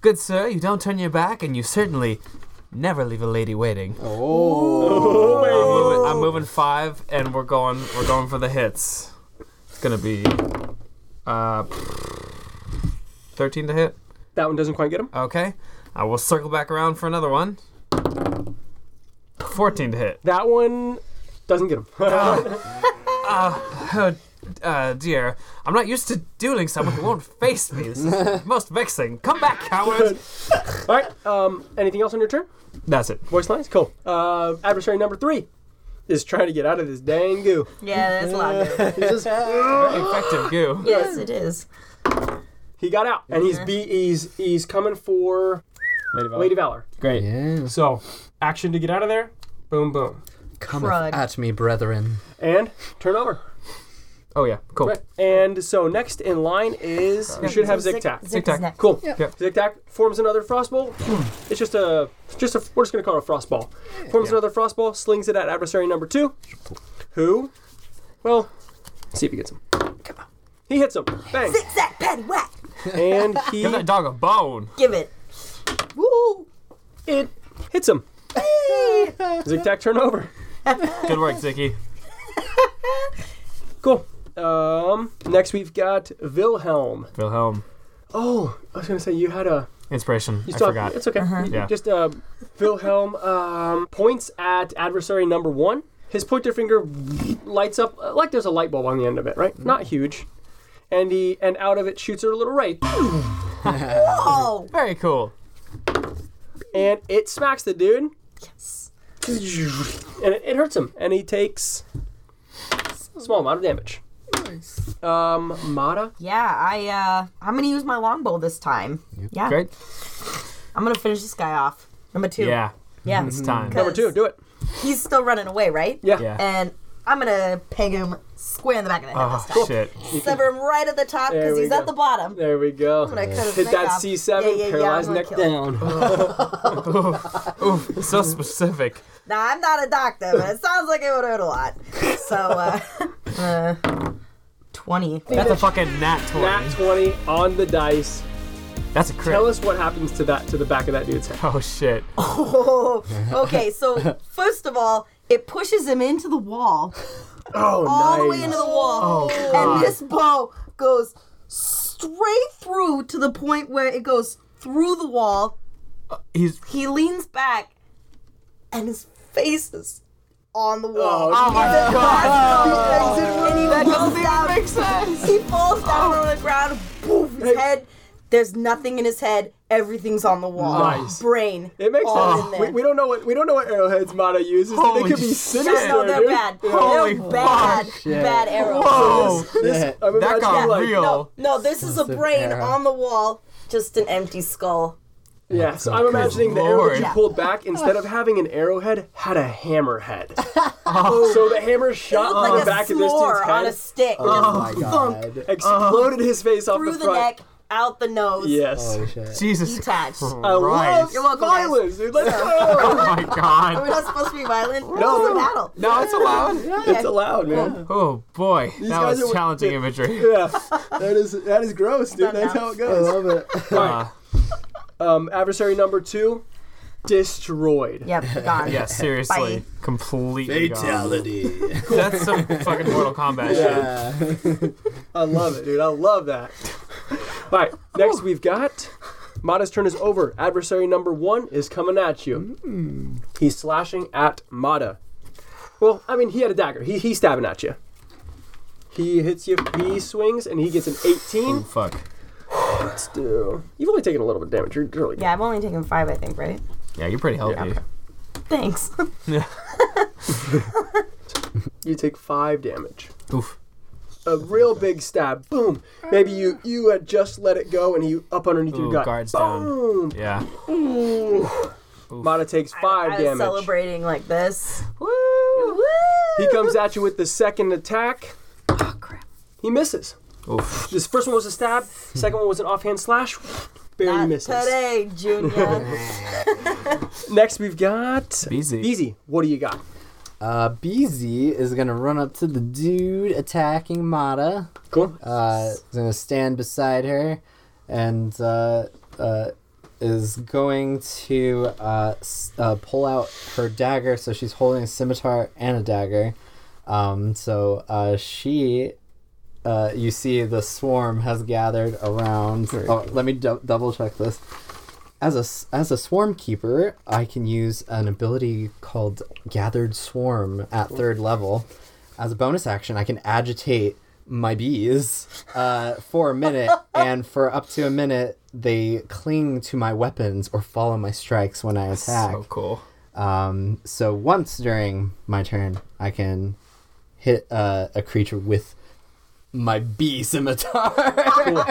Speaker 3: Good sir, you don't turn your back, and you certainly never leave a lady waiting. I'm moving, I'm moving five, and we're going. We're going for the hits. It's gonna be uh, thirteen to hit.
Speaker 5: that one doesn't quite get him.
Speaker 3: Okay, I will circle back around for another one. Fourteen to hit.
Speaker 5: That one doesn't get him.
Speaker 3: Oh uh, dear, I'm not used to dueling someone who won't face me. This is most vexing. Come back, coward.
Speaker 5: all right. Um, anything else on your turn?
Speaker 3: That's it.
Speaker 5: Voice lines. Cool. Uh, adversary number three is trying to get out of this dang goo.
Speaker 1: Yeah, that's a lot. of damage.
Speaker 3: Effective goo.
Speaker 1: yes, it is.
Speaker 5: He got out, and he's be he's he's coming for
Speaker 3: Lady Valor.
Speaker 5: Lady Valor.
Speaker 3: Great.
Speaker 2: Yeah.
Speaker 5: So action to get out of there. Boom, boom,
Speaker 2: Come
Speaker 1: Crud.
Speaker 2: at me, brethren.
Speaker 5: and turn over.
Speaker 3: Oh yeah. Cool.
Speaker 5: Right. And so next in line is you should have Zig Tac.
Speaker 1: Zig
Speaker 3: Tac.
Speaker 1: Tac.
Speaker 5: Cool.
Speaker 3: Yeah.
Speaker 5: Zig Tac forms another frostball. it's just a just a we're just gonna call it a frostball. Forms another frostball, slings it at adversary number two, who, well, let's see if he gets him. He hits him. Bang.
Speaker 1: Zig Zag, patty whack.
Speaker 5: and he
Speaker 3: Give that dog a bone.
Speaker 1: Give it. Woo.
Speaker 5: it hits him. Zig Tac turn over.
Speaker 3: Good work, Zicky.
Speaker 5: Cool. Um, next we've got Wilhelm.
Speaker 3: Wilhelm.
Speaker 5: Oh, I was gonna say you had a
Speaker 3: Inspiration.
Speaker 5: You
Speaker 3: I
Speaker 5: still have-
Speaker 3: forgot.
Speaker 5: It's okay.
Speaker 1: Uh-huh.
Speaker 5: You- you
Speaker 3: Yeah.
Speaker 5: Just uh, Wilhelm um, points at adversary number one. His pointer finger lights up uh, like there's a light bulb on the end of it, right? Not huge. And he and out of it shoots a little ray,
Speaker 1: Oh,
Speaker 3: Very cool.
Speaker 5: and it smacks the dude. Yes. And it, it hurts him, and he takes a small amount of damage. Nice. Um, Mata.
Speaker 1: yeah. I uh, I'm gonna use my longbow this time.
Speaker 5: Ah,
Speaker 1: Yeah.
Speaker 3: Great.
Speaker 1: I'm gonna finish this guy off. Number two.
Speaker 3: Yeah.
Speaker 1: Yeah.
Speaker 3: It's time.
Speaker 5: Number two, do it.
Speaker 1: He's still running away, right?
Speaker 5: Yeah.
Speaker 3: Yeah.
Speaker 1: And I'm gonna peg him square in the back of the head.
Speaker 3: Oh
Speaker 1: this time.
Speaker 3: shit.
Speaker 1: Sever him right at the top
Speaker 5: There
Speaker 1: because
Speaker 5: we
Speaker 1: he's
Speaker 5: go.
Speaker 1: at the bottom.
Speaker 5: There we go.
Speaker 1: I'm gonna cut his
Speaker 5: Hit
Speaker 1: neck
Speaker 5: that
Speaker 1: off.
Speaker 5: C7,
Speaker 1: Yeah, yeah, yeah, I'm
Speaker 5: paralyze
Speaker 1: gonna
Speaker 5: neck
Speaker 1: kill him.
Speaker 5: down.
Speaker 3: Oof. So specific.
Speaker 1: Now I'm not a doctor, but it sounds like it would hurt a lot. So, uh, uh twenty.
Speaker 3: That's a fucking nat
Speaker 5: Nat
Speaker 3: 20.
Speaker 5: 20 on the dice.
Speaker 3: That's a crit.
Speaker 5: Tell us what happens to that to the back of that dude's head.
Speaker 3: Oh shit.
Speaker 1: Oh, okay. So first of all, it pushes him into the wall,
Speaker 5: Oh,
Speaker 1: all the way into the wall, and this bow goes straight through to the point where it goes through the wall.
Speaker 3: He's
Speaker 1: He leans back, and his face is on the wall.
Speaker 5: Oh,
Speaker 1: my god! And he falls down. He falls down on the ground. Poof, his head. There's nothing in his head. Everything's on the wall.
Speaker 5: Nice.
Speaker 1: Brain.
Speaker 5: It makes
Speaker 1: all Oh. in
Speaker 5: sense.
Speaker 1: there.
Speaker 5: We, we don't know what we don't know what arrowheads Mata uses.
Speaker 3: Holy
Speaker 5: they could be
Speaker 3: shit.
Speaker 5: sinister.
Speaker 1: No, no, they're
Speaker 5: dude.
Speaker 1: bad.
Speaker 3: Holy
Speaker 1: they're bad, bad arrows.
Speaker 3: Whoa.
Speaker 2: Yeah.
Speaker 5: I'm
Speaker 3: That
Speaker 5: imagining,
Speaker 3: got
Speaker 5: like,
Speaker 3: real.
Speaker 1: No, this is a brain
Speaker 2: arrow.
Speaker 1: on the wall, just an empty skull.
Speaker 5: Yes, I'm imagining the arrow
Speaker 3: Lord.
Speaker 5: that you pulled back instead of having an arrowhead had a hammerhead. so the hammer
Speaker 1: Oh. It
Speaker 5: shot on
Speaker 1: looked like
Speaker 5: the
Speaker 1: a
Speaker 5: back of this dude's
Speaker 1: s'more on a
Speaker 5: head,
Speaker 1: stick.
Speaker 2: Oh my god.
Speaker 5: exploded his face off
Speaker 1: through the
Speaker 5: front.
Speaker 1: neck, out the nose.
Speaker 5: Yes,
Speaker 2: Holy shit.
Speaker 3: Jesus
Speaker 1: Detached.
Speaker 5: I love
Speaker 3: Christ.
Speaker 1: You're welcome, guys.
Speaker 5: violence, dude. Let's go.
Speaker 3: Oh my
Speaker 1: We're
Speaker 3: god.
Speaker 1: not supposed to be violent. No, it's a battle.
Speaker 3: No, it's allowed.
Speaker 5: It's allowed, man.
Speaker 3: Oh boy, that
Speaker 5: guys
Speaker 3: was
Speaker 5: are-
Speaker 3: challenging imagery.
Speaker 5: Yeah, that is that is gross, dude. That's how it
Speaker 2: I
Speaker 5: goes.
Speaker 2: love it.
Speaker 3: Uh,
Speaker 5: Um, adversary number two, destroyed.
Speaker 1: Yep, gone.
Speaker 3: yeah, seriously,
Speaker 1: Bye.
Speaker 3: completely gone. That's some fucking Mortal Kombat shit.
Speaker 5: I love it, dude. I love that. All right, next we've got Mata's turn is over. Adversary number one is coming at you.
Speaker 3: Mm.
Speaker 5: He's slashing at Mata. Well, I mean, he had a dagger. He, he's stabbing at you. He hits you. He swings, and he gets an 18.
Speaker 3: Fuck.
Speaker 5: Let's do. You've only taken a little bit of damage. You're really good.
Speaker 1: Yeah, I've only taken five, I think, right?
Speaker 3: Yeah, you're pretty healthy.
Speaker 1: Thanks.
Speaker 5: You take five damage.
Speaker 3: Oof.
Speaker 5: A real big stab. Boom. Maybe you you had just let it go, and he up underneath your
Speaker 3: Ooh,
Speaker 5: gut.
Speaker 3: guards down.
Speaker 5: Boom.
Speaker 3: Yeah.
Speaker 5: Mata takes five
Speaker 1: I was
Speaker 5: damage.
Speaker 1: celebrating like this.
Speaker 5: Woo!
Speaker 1: Woo!
Speaker 5: He comes at you with the second attack.
Speaker 1: Oh, crap.
Speaker 5: He misses.
Speaker 3: Oof.
Speaker 5: This first one was a stab. Second one was an offhand slash. Barely
Speaker 1: Not
Speaker 5: misses.
Speaker 1: today, Junior.
Speaker 5: Next, we've got
Speaker 3: Beezy.
Speaker 5: Beezy. What do you got?
Speaker 2: Uh, BZ is gonna run up to the dude attacking Mata.
Speaker 5: Cool.
Speaker 2: Uh, is gonna stand beside her, and uh, uh, is going to uh, s- uh, pull out her dagger. So she's holding a scimitar and a dagger. Um, so uh, she, uh, you see, the swarm has gathered around. Oh, let me dou- double check this. As a s- as a swarm keeper, I can use an ability called Gathered Swarm at third level. As a bonus action, I can agitate my bees uh, for a minute, and for up to a minute, they cling to my weapons or follow my strikes when I attack.
Speaker 3: So cool.
Speaker 2: Um, so once during my turn, I can hit uh, a creature with my bee scimitar.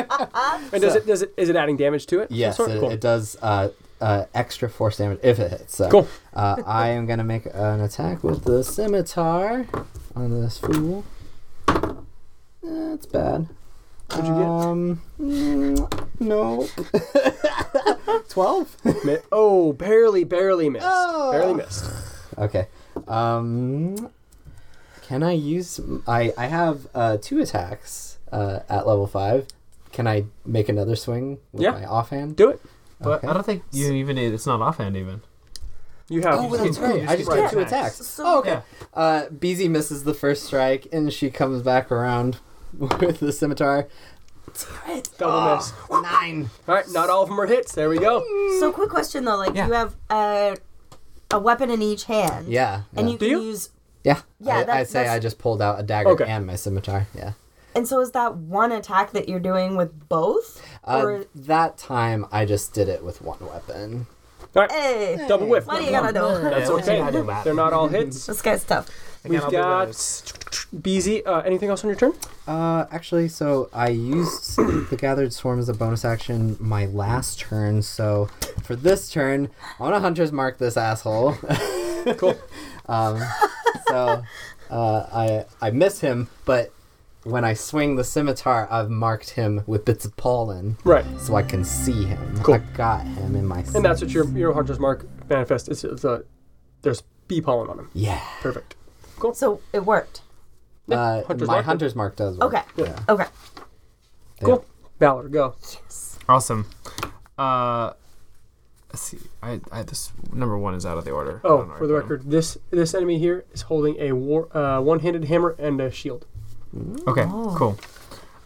Speaker 5: And does it does it is it adding damage to it?
Speaker 2: yes,
Speaker 5: Sort-
Speaker 2: it,
Speaker 5: cool.
Speaker 2: it does uh, uh, extra force damage if it hits. So,
Speaker 5: Cool.
Speaker 2: uh, I am gonna make an attack with the scimitar on this fool. That's bad.
Speaker 5: What'd you get?
Speaker 2: Um, mm, no. Twelve.
Speaker 5: Mi- oh, barely, barely missed.
Speaker 2: Oh.
Speaker 5: Barely missed.
Speaker 2: Okay. Um, can I use? I I have uh, two attacks uh, at level five. Can I make another swing with
Speaker 5: Yeah.
Speaker 2: my offhand?
Speaker 5: Do it.
Speaker 3: But
Speaker 2: Okay.
Speaker 3: I don't think you even need, it's not offhand even.
Speaker 5: You have.
Speaker 3: well, that's right.
Speaker 2: I just
Speaker 3: Right.
Speaker 2: got two
Speaker 3: Attacks.
Speaker 2: attacks.
Speaker 1: So-
Speaker 2: oh, okay. Uh, BZ misses the first strike, and she comes back around with the scimitar.
Speaker 5: double miss.
Speaker 2: Nine.
Speaker 5: All right, not all of them are hits. There we go.
Speaker 1: so, quick question though. Like,
Speaker 3: Yeah.
Speaker 1: you have a, a weapon in each hand.
Speaker 2: Yeah.
Speaker 1: And
Speaker 2: yeah.
Speaker 1: you can
Speaker 5: you?
Speaker 1: use.
Speaker 2: Yeah.
Speaker 1: Yeah,
Speaker 2: I,
Speaker 1: that-
Speaker 2: I'd say
Speaker 1: that's-
Speaker 2: I just pulled out a dagger
Speaker 5: Okay.
Speaker 2: and my scimitar. Yeah.
Speaker 1: And so, is that one attack that you're doing with both?
Speaker 2: Uh,
Speaker 1: or.
Speaker 2: that time I just did it with one weapon.
Speaker 5: All right,
Speaker 1: Hey!
Speaker 5: double whiff.
Speaker 1: What are you gonna Eh. do?
Speaker 5: That's okay. They're not all hits.
Speaker 1: This guy's tough.
Speaker 5: We've got Beezy. Uh, anything else on your turn?
Speaker 2: Uh, actually, so I used the gathered swarm as a bonus action my last turn. So for this turn, I want to hunter's mark this asshole.
Speaker 5: Cool.
Speaker 2: Um, so uh, I I miss him, but when I swing the scimitar, I've marked him with bits of pollen,
Speaker 5: Right.
Speaker 2: so I can see him.
Speaker 5: Cool.
Speaker 2: I got him in my.
Speaker 5: And that's what your your hunter's mark manifest. It's, it's a there's bee pollen on him.
Speaker 2: yeah.
Speaker 5: Perfect.
Speaker 1: So, it worked.
Speaker 2: Uh,
Speaker 5: hunter's
Speaker 2: my
Speaker 5: mark.
Speaker 2: hunter's mark does. Work.
Speaker 1: Okay.
Speaker 2: Yeah.
Speaker 1: Okay.
Speaker 5: Cool. Valor, go.
Speaker 3: Awesome. Uh, let's see. I, I this number one is out of the order. I
Speaker 5: Oh,
Speaker 3: don't know
Speaker 5: for the
Speaker 3: where I put
Speaker 5: record, this this enemy here is holding a war, uh, one-handed hammer and a shield.
Speaker 3: them. Okay, cool.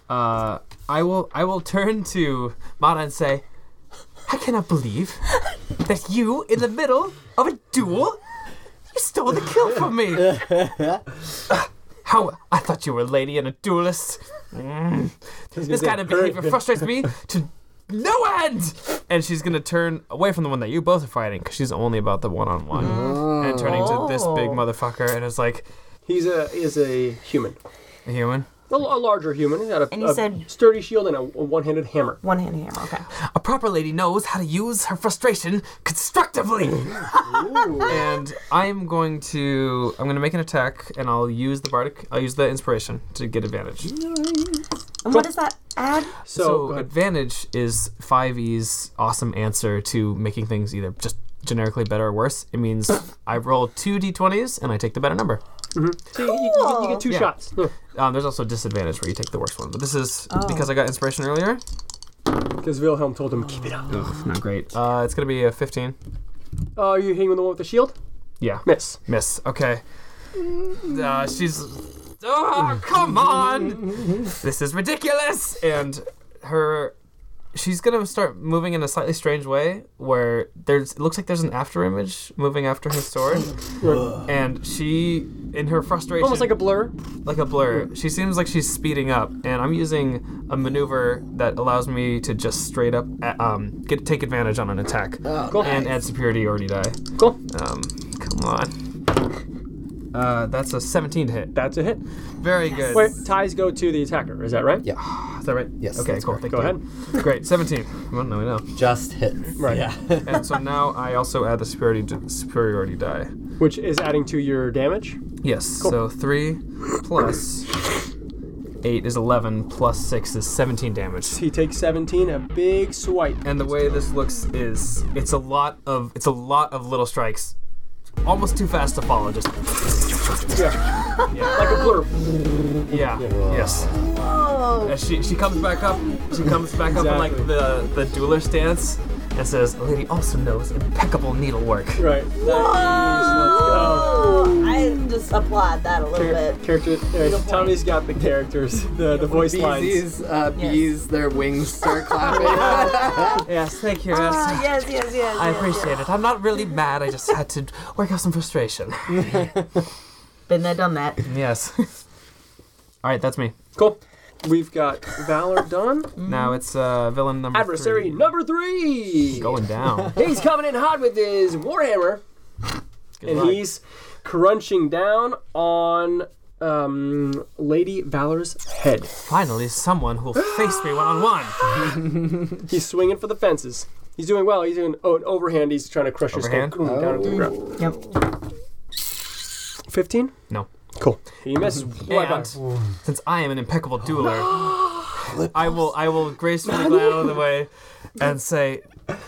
Speaker 3: Uh, I will I will turn to Mata and say, I cannot believe that you in the middle of a duel. You stole the kill from me. Ah, How I thought you were a lady and a duelist. Mm. This kind of behavior frustrates me to no end. And she's gonna turn away from the one that you both are fighting because she's only about the one on one, and turning to this big
Speaker 1: Oh.
Speaker 3: motherfucker and is like,
Speaker 5: He's a is a human.
Speaker 3: a human.
Speaker 5: a, a larger human. He had a,
Speaker 7: And he
Speaker 5: a
Speaker 7: said-
Speaker 5: sturdy shield and a, a one-handed hammer.
Speaker 7: One hand hammer. Okay.
Speaker 3: A proper lady knows how to use her frustration constructively. and I am going to I'm going to make an attack, and I'll use the bardic. I'll use the inspiration to get advantage.
Speaker 7: And what does that add?
Speaker 5: So,
Speaker 3: so advantage is 5e's awesome answer to making things either just generically better or worse. It means I roll two d20s and I take the better number.
Speaker 5: so you, you- you- you get two
Speaker 3: Yeah.
Speaker 5: shots.
Speaker 3: Um, there's also disadvantage where you take the worst one, but this is because I got inspiration earlier.
Speaker 5: Because Wilhelm told him, keep it up.
Speaker 3: Ugh, not great. Uh, it's gonna be a 15.
Speaker 5: Oh, are you hitting with the one with the shield?
Speaker 3: Yeah,
Speaker 5: Miss.
Speaker 3: miss. Okay. Uh, she's. Oh, come on! This is ridiculous. And her, she's gonna start moving in a slightly strange way where there's. It looks like there's an after image moving after her sword, and she, in her frustration,
Speaker 5: Almost like a blur.
Speaker 3: like a blur. She seems like she's speeding up, and I'm using a maneuver that allows me to just straight up uh, um, get take advantage on an attack
Speaker 5: Cool.
Speaker 3: and add superiority or die.
Speaker 5: Cool.
Speaker 3: Um, come on. Uh, that's a 17 to hit.
Speaker 5: That's a hit.
Speaker 3: Very good.
Speaker 5: Wait, ties go to the attacker. Is that right?
Speaker 2: Yeah.
Speaker 3: Is that right?
Speaker 2: Yes,
Speaker 3: Okay,
Speaker 2: that's
Speaker 3: cool. Thank
Speaker 2: correct.
Speaker 5: Go ahead.
Speaker 3: you. Great. 17. Well, now we know.
Speaker 2: Just hit.
Speaker 5: Right.
Speaker 2: Yeah.
Speaker 3: And so now I also add the superiority, superiority die.
Speaker 5: Which is adding to your damage.
Speaker 3: Yes. So 3 plus 8 is 11, plus 6 is 17 damage.
Speaker 5: He takes 17, a big swipe.
Speaker 3: and the way this looks is it's a lot of it's a lot of little strikes almost too fast to follow just
Speaker 5: Like a blur.
Speaker 3: yeah yes and she she comes back up she comes back up in like
Speaker 5: Exactly.
Speaker 3: the the dueler stance and says the lady also knows impeccable needlework
Speaker 5: Right. Nice,
Speaker 1: I just applaud that a little
Speaker 5: Let's go.
Speaker 1: bit.
Speaker 5: Character. all right, Tommy's got the characters, the, the voice lines.
Speaker 2: Bees, uh, bees, their wings start clapping.
Speaker 3: yes thank you
Speaker 1: Ah, yes, yes, yes.
Speaker 3: I
Speaker 1: yes, yes.
Speaker 3: appreciate it. I'm not really mad. I just had to work out some frustration.
Speaker 1: Been there, done that.
Speaker 3: Yes. All right, that's me.
Speaker 5: Cool. We've got Valor done.
Speaker 3: Now it's uh, villain number
Speaker 5: Adversary
Speaker 3: three.
Speaker 5: number three.
Speaker 3: going down.
Speaker 5: He's coming in hot with his warhammer,
Speaker 3: Good
Speaker 5: and
Speaker 3: luck.
Speaker 5: he's crunching down on um, Lady Valor's head.
Speaker 3: Finally, someone who'll face me one on one.
Speaker 5: He's swinging for the fences. He's doing well. He's doing oh, an overhand. He's trying to crush your
Speaker 3: Overhand?
Speaker 5: skull down into the ground.
Speaker 1: Yep.
Speaker 5: 15?
Speaker 3: No.
Speaker 5: Cool. He misses. Right
Speaker 3: And
Speaker 5: back.
Speaker 3: since I am an impeccable dueler, I will I will gracefully glide out of the way and say,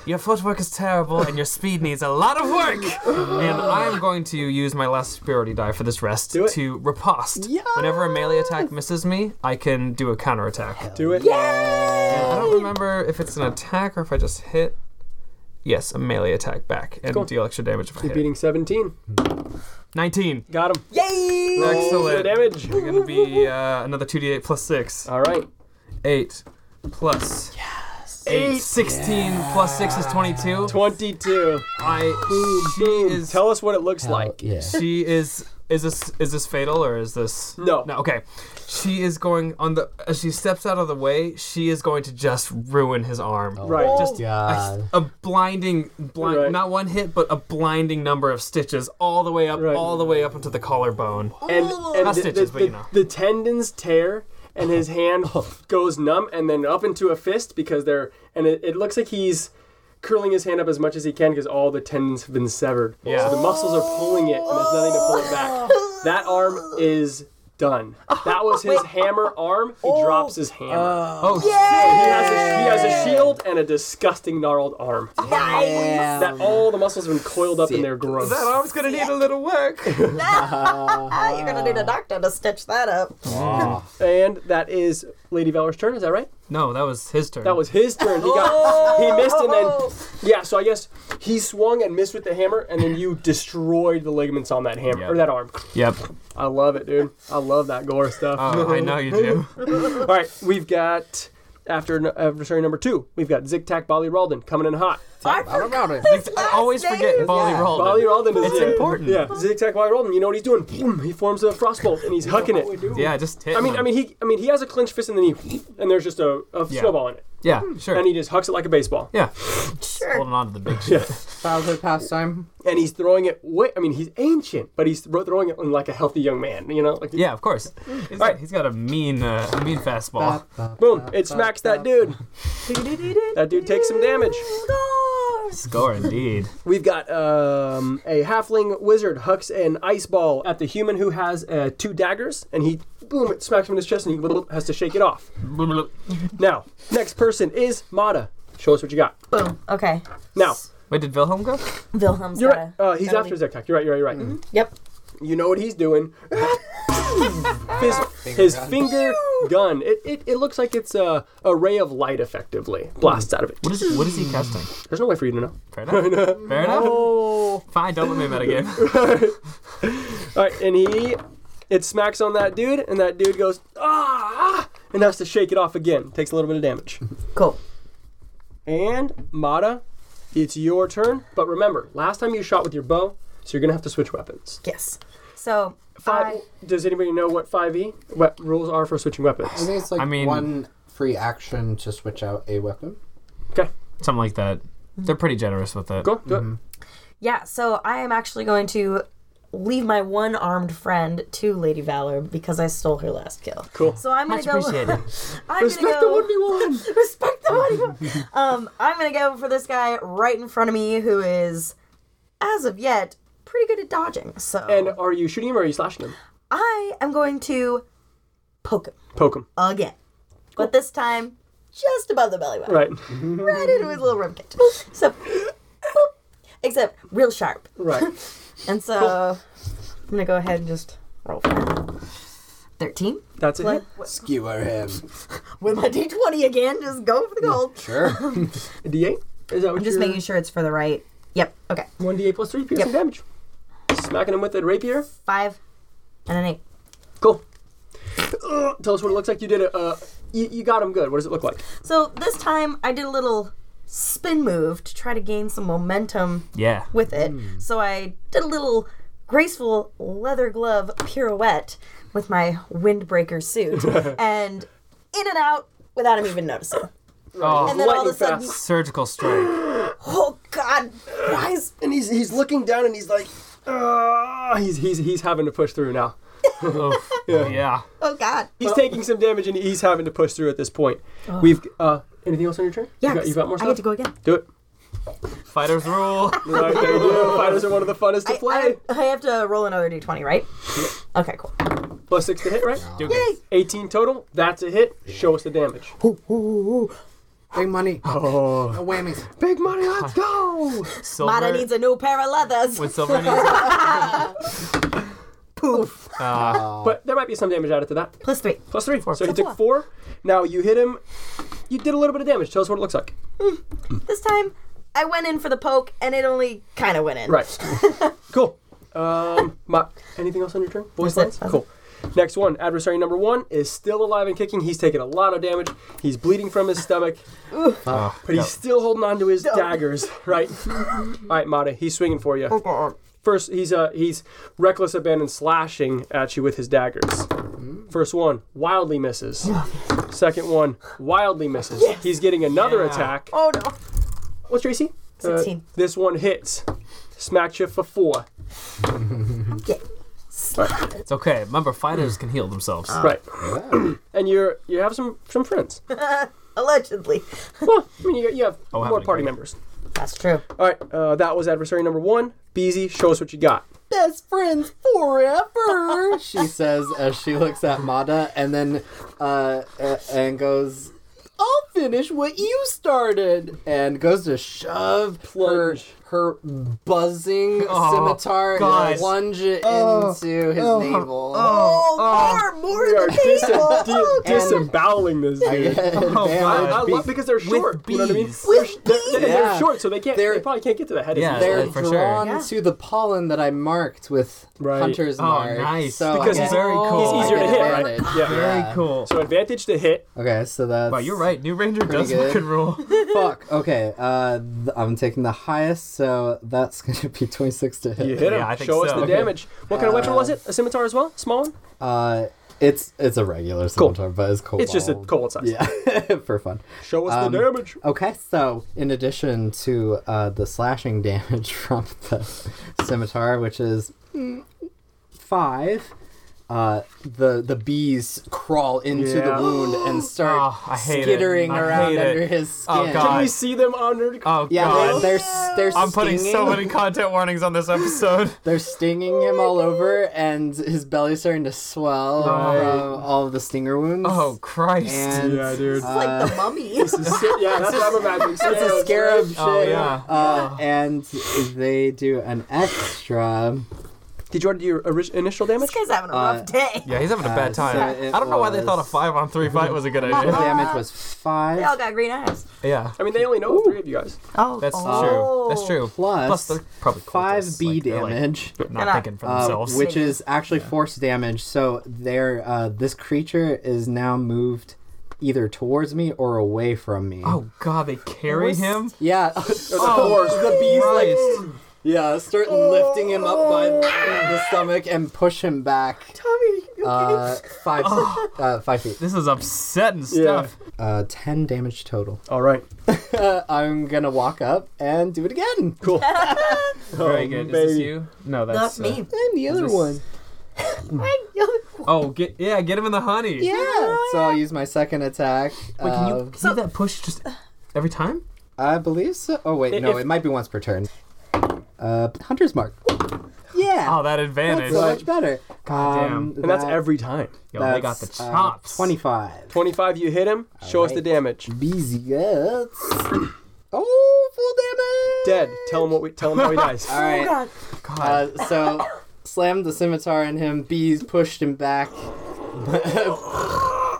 Speaker 3: "Your footwork is terrible, and your speed needs a lot of work." and I am going to use my last superiority die for this rest
Speaker 5: Do it.
Speaker 3: to riposte. Whenever a melee attack misses me, I can do a counterattack.
Speaker 5: Do it.
Speaker 3: And I don't remember if it's an attack or if I just hit. Yes, a melee attack back and deal extra damage if I hit.
Speaker 5: Beating 17.
Speaker 3: 19.
Speaker 5: Got him.
Speaker 1: Yay!
Speaker 5: Roll
Speaker 3: Excellent.
Speaker 5: the damage.
Speaker 3: We're gonna be uh, another 2d8 plus 6.
Speaker 5: All right.
Speaker 3: 8 plus. Yes. 8. 16 plus 6 is 22.
Speaker 5: 22.
Speaker 3: I. she is.
Speaker 5: Tell us what it looks like.
Speaker 2: yeah.
Speaker 3: she is. Is this is this fatal or is this
Speaker 5: No.
Speaker 3: no okay she is going on the as she steps out of the way she is going to just ruin his arm
Speaker 5: Right.
Speaker 3: just
Speaker 2: God.
Speaker 3: a, a blinding blind
Speaker 5: Right.
Speaker 3: not one hit but a blinding number of stitches all the way up
Speaker 5: Right.
Speaker 3: all the way up into the collarbone
Speaker 5: and, and
Speaker 3: Not
Speaker 5: the,
Speaker 3: stitches,
Speaker 5: the-
Speaker 3: but you
Speaker 5: the-
Speaker 3: know. Oh.
Speaker 5: the tendons tear and his hand goes numb and then up into a fist because they're and it, it looks like he's curling his hand up as much as he can because all the tendons have been severed
Speaker 3: Yeah.
Speaker 5: so the muscles are pulling it and there's nothing to pull it back that arm is done that was his hammer arm he drops his hammer
Speaker 3: oh
Speaker 5: he, has a, he has a shield and a disgusting gnarled arm
Speaker 1: Nice!
Speaker 5: that all the muscles have been coiled up in their growth
Speaker 3: that arm's gonna need a little work
Speaker 1: Ah, you're gonna need a doctor to stitch that up.
Speaker 5: Oh, and that is lady valor's turn is that right
Speaker 3: no that was his turn
Speaker 5: That was his turn. He got he missed and then yeah. So I guess he swung and missed with the hammer, and then you destroyed the ligaments on that hammer
Speaker 3: Yeah.
Speaker 5: or that arm.
Speaker 3: Yep.
Speaker 5: I love it, dude. I love that gore stuff.
Speaker 6: Um,
Speaker 3: Oh, I know you do.
Speaker 5: All right, we've got after adversary number two, we've got Zig Tac Bali Ralden coming in hot.
Speaker 1: I
Speaker 2: What
Speaker 1: forgot.
Speaker 2: about it?
Speaker 1: his
Speaker 6: I
Speaker 1: last
Speaker 6: always
Speaker 1: name.
Speaker 6: forget Bolly
Speaker 2: Yeah.
Speaker 6: Roll.
Speaker 5: Wally Rolden is
Speaker 6: It's
Speaker 5: yeah,
Speaker 6: Oh, important.
Speaker 5: Yeah, zigzag Wally Rolden. You know what he's doing? Boom! He forms a frostbolt and he's hucking it.
Speaker 6: Yeah, just hit.
Speaker 5: I mean,
Speaker 6: him.
Speaker 5: I mean, he, I mean, he has a clenched fist and then he, and there's just a, a
Speaker 6: Yeah.
Speaker 5: snowball in it,
Speaker 6: yeah, sure.
Speaker 5: and he just hucks it like a baseball,
Speaker 6: yeah,
Speaker 1: Sure.
Speaker 6: holding on to the big shit.
Speaker 2: Childhood pastime.
Speaker 5: and he's throwing it. Way, I mean, he's ancient, but he's thro- throwing it like a healthy young man. You know, like
Speaker 6: Yeah, of course.
Speaker 5: Hmm.
Speaker 6: He's, got, he's got a mean, uh, a mean fastball.
Speaker 5: boom! It smacks that dude. That dude takes some damage.
Speaker 6: Score indeed.
Speaker 5: We've got um, a halfling wizard hucks an ice ball at the human who has uh, two daggers, and he boom! It smacks him in his chest, and he blub- has to shake it off.
Speaker 6: Wait,
Speaker 5: Now, next person is Mata. Show us what you got.
Speaker 1: Boom. Okay.
Speaker 5: Now,
Speaker 6: did Wilhelm go?
Speaker 1: Wilhelm's
Speaker 5: you're right.
Speaker 1: gotta-
Speaker 5: Uh, he's
Speaker 1: gotta
Speaker 5: after
Speaker 1: leave.
Speaker 5: his attack. You're right. You're right. You're right.
Speaker 1: Yep.
Speaker 5: You know what he's doing. his his finger gun. It, it, it looks like it's a, a ray of light, effectively. Blasts out of it.
Speaker 6: What is what is he casting?
Speaker 5: There's no way for you to know.
Speaker 6: Fair enough. Fair enough.
Speaker 5: Oh.
Speaker 6: Fine, don't let me metagame.
Speaker 5: All right, and he. It smacks on that dude, and that dude goes, ah, and has to shake it off again. Takes a little bit of damage.
Speaker 1: Cool.
Speaker 5: And, Mata, it's your turn. But remember, last time you shot with your bow, so you're going to have to switch weapons.
Speaker 1: Yes. So
Speaker 5: Five,
Speaker 1: I
Speaker 5: Does anybody know what 5e? What rules are for switching
Speaker 2: I
Speaker 5: weapons?
Speaker 2: think it's like
Speaker 6: I mean-
Speaker 2: one free action to switch out a weapon.
Speaker 5: Okay,
Speaker 6: Something like that. They're pretty generous with it.
Speaker 5: go, do it.
Speaker 1: yeah. So I am actually going to leave my one armed friend to Lady Valor because I stole her last kill.
Speaker 5: Cool.
Speaker 1: So I'm gonna
Speaker 6: Much
Speaker 1: go.
Speaker 6: appreciated.
Speaker 1: I'm gonna
Speaker 5: Respect
Speaker 1: go.
Speaker 5: the 1v1!
Speaker 1: respect the money. um, I'm gonna go for this guy right in front of me, who is, as of yet, pretty good at dodging. So
Speaker 5: And are you shooting him or are you slashing him?
Speaker 1: I am going to poke him
Speaker 5: Poke him.
Speaker 1: again, but this time just above the belly button,
Speaker 5: Right.
Speaker 1: right into his little rib cage. So, except real sharp.
Speaker 5: Right.
Speaker 1: And so I'm gonna go ahead and just roll for it. Thirteen
Speaker 5: That's it.
Speaker 2: Skewer him.
Speaker 1: with my d20 again. Just go for the gold.
Speaker 2: Sure.
Speaker 5: A D8? Is that what
Speaker 1: I'm just
Speaker 5: you're-
Speaker 1: making sure it's for the right. Yep. Okay.
Speaker 5: 1d8 plus 3 piercing
Speaker 1: Yep.
Speaker 5: damage. Smacking him with a rapier.
Speaker 1: Five and an eight.
Speaker 5: Cool. Ugh, Tell us what it looks like. You did it. Uh, you, you got him good. What does it look like?
Speaker 1: So this time I did a little spin move to try to gain some momentum
Speaker 6: Yeah.
Speaker 1: with it.
Speaker 5: Hmm.
Speaker 1: So I did a little graceful leather glove pirouette with my windbreaker suit and in and out without him even noticing. And
Speaker 6: Oh,
Speaker 1: then all of a
Speaker 5: lightning
Speaker 1: sudden,
Speaker 5: fast.
Speaker 6: surgical strike.
Speaker 1: oh god, why is
Speaker 5: And he's he's looking down and he's like, uh, he's he's he's having to push through now.
Speaker 6: Oof. Yeah.
Speaker 1: oh god.
Speaker 5: He's taking some damage and he's having to push through at this point. We've uh, anything else on your turn?
Speaker 1: Yeah,
Speaker 5: you got, you got more
Speaker 1: I
Speaker 5: stuff.
Speaker 1: get to go again.
Speaker 5: Do it.
Speaker 6: Fighters rule.
Speaker 5: Right, they do. Fighters are one of the funnest to
Speaker 1: I,
Speaker 5: play.
Speaker 1: I- I have to roll another d20, right? Okay, cool.
Speaker 5: Plus six to hit, right?
Speaker 6: Do good.
Speaker 5: 18 total. That's a hit. Show us the damage.
Speaker 2: Big money.
Speaker 5: Oh.
Speaker 2: No whammies.
Speaker 5: Big money, let's go!
Speaker 6: Silver.
Speaker 1: Mata needs a new pair of leathers.
Speaker 6: when silver needs.
Speaker 1: Poof.
Speaker 5: But there might be some damage added to that.
Speaker 1: Plus three.
Speaker 5: Plus three. So he took four. Now you hit him. You did a little bit of damage. Tell us what it looks like.
Speaker 1: This time I went in for the poke and it only kind of went in.
Speaker 5: Right. cool. Um, Ma- anything else on your turn? Voice
Speaker 1: That's
Speaker 5: lines?
Speaker 1: it. That's
Speaker 5: Cool. Next one. Adversary number one is still alive and kicking. He's taking a lot of damage. He's bleeding from his stomach.
Speaker 6: Oh,
Speaker 5: but he's still holding on to his daggers, right? All right, Mata, he's swinging for you. First, he's uh, he's reckless abandon slashing at you with his daggers. First one Hmm? wildly misses. Second one wildly misses. He's getting another attack.
Speaker 1: Oh no.
Speaker 5: What's your AC? Uh,
Speaker 1: 16.
Speaker 5: this one hits. Smack you for four.
Speaker 6: It's okay. Remember, fighters can heal themselves.
Speaker 5: Right. and you're you have some some friends.
Speaker 1: Allegedly.
Speaker 5: well, Oh, I mean you, you have
Speaker 6: have
Speaker 5: more
Speaker 6: an
Speaker 5: party
Speaker 6: agreement.
Speaker 5: members.
Speaker 1: That's true.
Speaker 5: All right. Uh, that was adversary number one. Beezy, show us what you got.
Speaker 2: Best friends forever. she says as she looks at Mada and then uh, uh and goes. I'll finish what you started, and goes to shove
Speaker 5: Plunge.
Speaker 2: her her buzzing
Speaker 6: Oh,
Speaker 2: scimitar
Speaker 6: guys.
Speaker 2: and plunge it into his navel.
Speaker 1: Oh, more,
Speaker 5: We
Speaker 1: more
Speaker 5: are
Speaker 1: than they
Speaker 5: dis- di- disemboweling this dude. I,
Speaker 2: Advantage
Speaker 5: I
Speaker 2: be-
Speaker 5: love because they're short.
Speaker 6: With
Speaker 5: You know what I mean?
Speaker 6: bees.
Speaker 5: They're, they're- they're
Speaker 2: Yeah.
Speaker 5: short, so they can't. They're,
Speaker 2: They're-
Speaker 5: they probably can't get to the head.
Speaker 6: Yeah.
Speaker 5: as easily.
Speaker 2: They're
Speaker 6: for sure.
Speaker 2: drawn
Speaker 1: Yeah.
Speaker 2: to the pollen that I marked with
Speaker 5: Right.
Speaker 2: Hunter's Oh,
Speaker 6: Oh,
Speaker 2: Mark.
Speaker 6: nice.
Speaker 2: So I
Speaker 5: Because
Speaker 2: get-
Speaker 5: he's
Speaker 6: very cool.
Speaker 5: He's easier
Speaker 2: I
Speaker 5: to
Speaker 2: get
Speaker 5: hit, right?
Speaker 2: advantage.
Speaker 5: Yeah.
Speaker 6: Very cool.
Speaker 5: So advantage to hit.
Speaker 2: Okay, so that's.
Speaker 6: Wow, you're right. New
Speaker 3: ranger does
Speaker 2: good.
Speaker 3: fucking rule.
Speaker 2: Fuck. Okay. Uh, th- I'm taking the highest, so that's gonna be 26 to hit.
Speaker 5: You hit him.
Speaker 3: Yeah, I think
Speaker 5: Show us
Speaker 3: so.
Speaker 5: the
Speaker 3: Okay.
Speaker 5: damage. What kind of weapon was it? A scimitar as well? Small one?
Speaker 2: Uh, it's it's a regular
Speaker 5: Cool.
Speaker 2: scimitar, but it's cold.
Speaker 5: It's just a cobalt size.
Speaker 2: Yeah, for fun.
Speaker 5: Show us the
Speaker 2: Um,
Speaker 5: damage.
Speaker 2: Okay, so in addition to uh, the slashing damage from the scimitar, which is mm, five, uh, the the bees crawl into
Speaker 3: Yeah.
Speaker 2: the wound and start
Speaker 3: Oh, I hate it.
Speaker 2: skittering
Speaker 3: I
Speaker 2: around
Speaker 3: hate it.
Speaker 2: under his skin.
Speaker 3: Oh, God.
Speaker 5: Can we see them under?
Speaker 3: Oh
Speaker 2: Yeah,
Speaker 3: god.
Speaker 2: they're, they're they're
Speaker 3: I'm putting so
Speaker 2: stinging-
Speaker 3: many content warnings on this episode.
Speaker 2: They're stinging him all over, and his belly's starting to swell from all of the stinger wounds.
Speaker 3: Oh Christ.
Speaker 2: and uh,
Speaker 5: dude.
Speaker 1: It's like the mummy.
Speaker 5: yeah, that's what I'm imagining.
Speaker 2: it's a scarab shit.
Speaker 3: Oh, yeah.
Speaker 2: Uh, And they do an extra.
Speaker 5: Did you want to do your orig- initial damage?
Speaker 1: this guy's having a rough day.
Speaker 3: yeah, he's having a
Speaker 2: Uh,
Speaker 3: bad time.
Speaker 2: so it
Speaker 3: I don't know why they
Speaker 2: was-
Speaker 3: thought a five on three fight was a good
Speaker 2: The
Speaker 3: idea.
Speaker 2: damage was five. uh,
Speaker 1: They all got green eyes.
Speaker 3: yeah.
Speaker 5: I mean, they only know three of you guys.
Speaker 1: Oh,
Speaker 3: That's
Speaker 1: oh.
Speaker 3: true. That's true.
Speaker 2: plus
Speaker 3: Plus they're probably
Speaker 2: five
Speaker 3: cultists,
Speaker 2: B
Speaker 3: like, they're, like,
Speaker 2: damage,
Speaker 1: And
Speaker 3: not
Speaker 1: I-
Speaker 3: thinking for
Speaker 2: uh,
Speaker 3: themselves.
Speaker 2: which is actually force damage. So there, uh, this creature is now moved either towards me or away from me.
Speaker 3: oh god, they carry him.
Speaker 2: Yeah,
Speaker 3: Oh, the bees like
Speaker 2: yeah. Start lifting him up by
Speaker 3: Oh.
Speaker 2: the stomach and push him back.
Speaker 1: Tommy, you
Speaker 2: Uh, five,
Speaker 3: Oh.
Speaker 2: uh, five feet.
Speaker 3: this is upsetting stuff.
Speaker 2: Uh, ten damage total.
Speaker 5: All right.
Speaker 2: I'm gonna walk up and do it again. Cool.
Speaker 3: Very good. Is this you? No, that's
Speaker 1: that's
Speaker 3: uh,
Speaker 1: me.
Speaker 2: And the other
Speaker 3: this-
Speaker 2: Oh,
Speaker 3: Hmm.
Speaker 2: one.
Speaker 3: Oh, get yeah, get him in the honey.
Speaker 2: Yeah. So I'll use my second attack.
Speaker 3: Wait, can you
Speaker 2: uh,
Speaker 3: can you do that push just every time?
Speaker 2: I believe so. Oh wait, no,
Speaker 5: If-
Speaker 2: it might be once per turn. Uh, Hunter's mark. Yeah.
Speaker 3: Oh, that advantage.
Speaker 2: that's so much better.
Speaker 3: God
Speaker 2: Um,
Speaker 5: And that's
Speaker 2: that-
Speaker 5: every time.
Speaker 3: Yo, they got
Speaker 2: that's,
Speaker 3: the
Speaker 2: uh,
Speaker 3: chops.
Speaker 2: Twenty-five.
Speaker 5: 25, you hit him. Show us the
Speaker 2: right.
Speaker 5: damage.
Speaker 2: Beezy gets. Oh, full
Speaker 5: Dead.
Speaker 2: damage.
Speaker 5: Tell him what we. Tell him how he dies.
Speaker 2: All right.
Speaker 1: God.
Speaker 3: Oh, God.
Speaker 2: Uh, so slammed the scimitar in him. Bees pushed him back.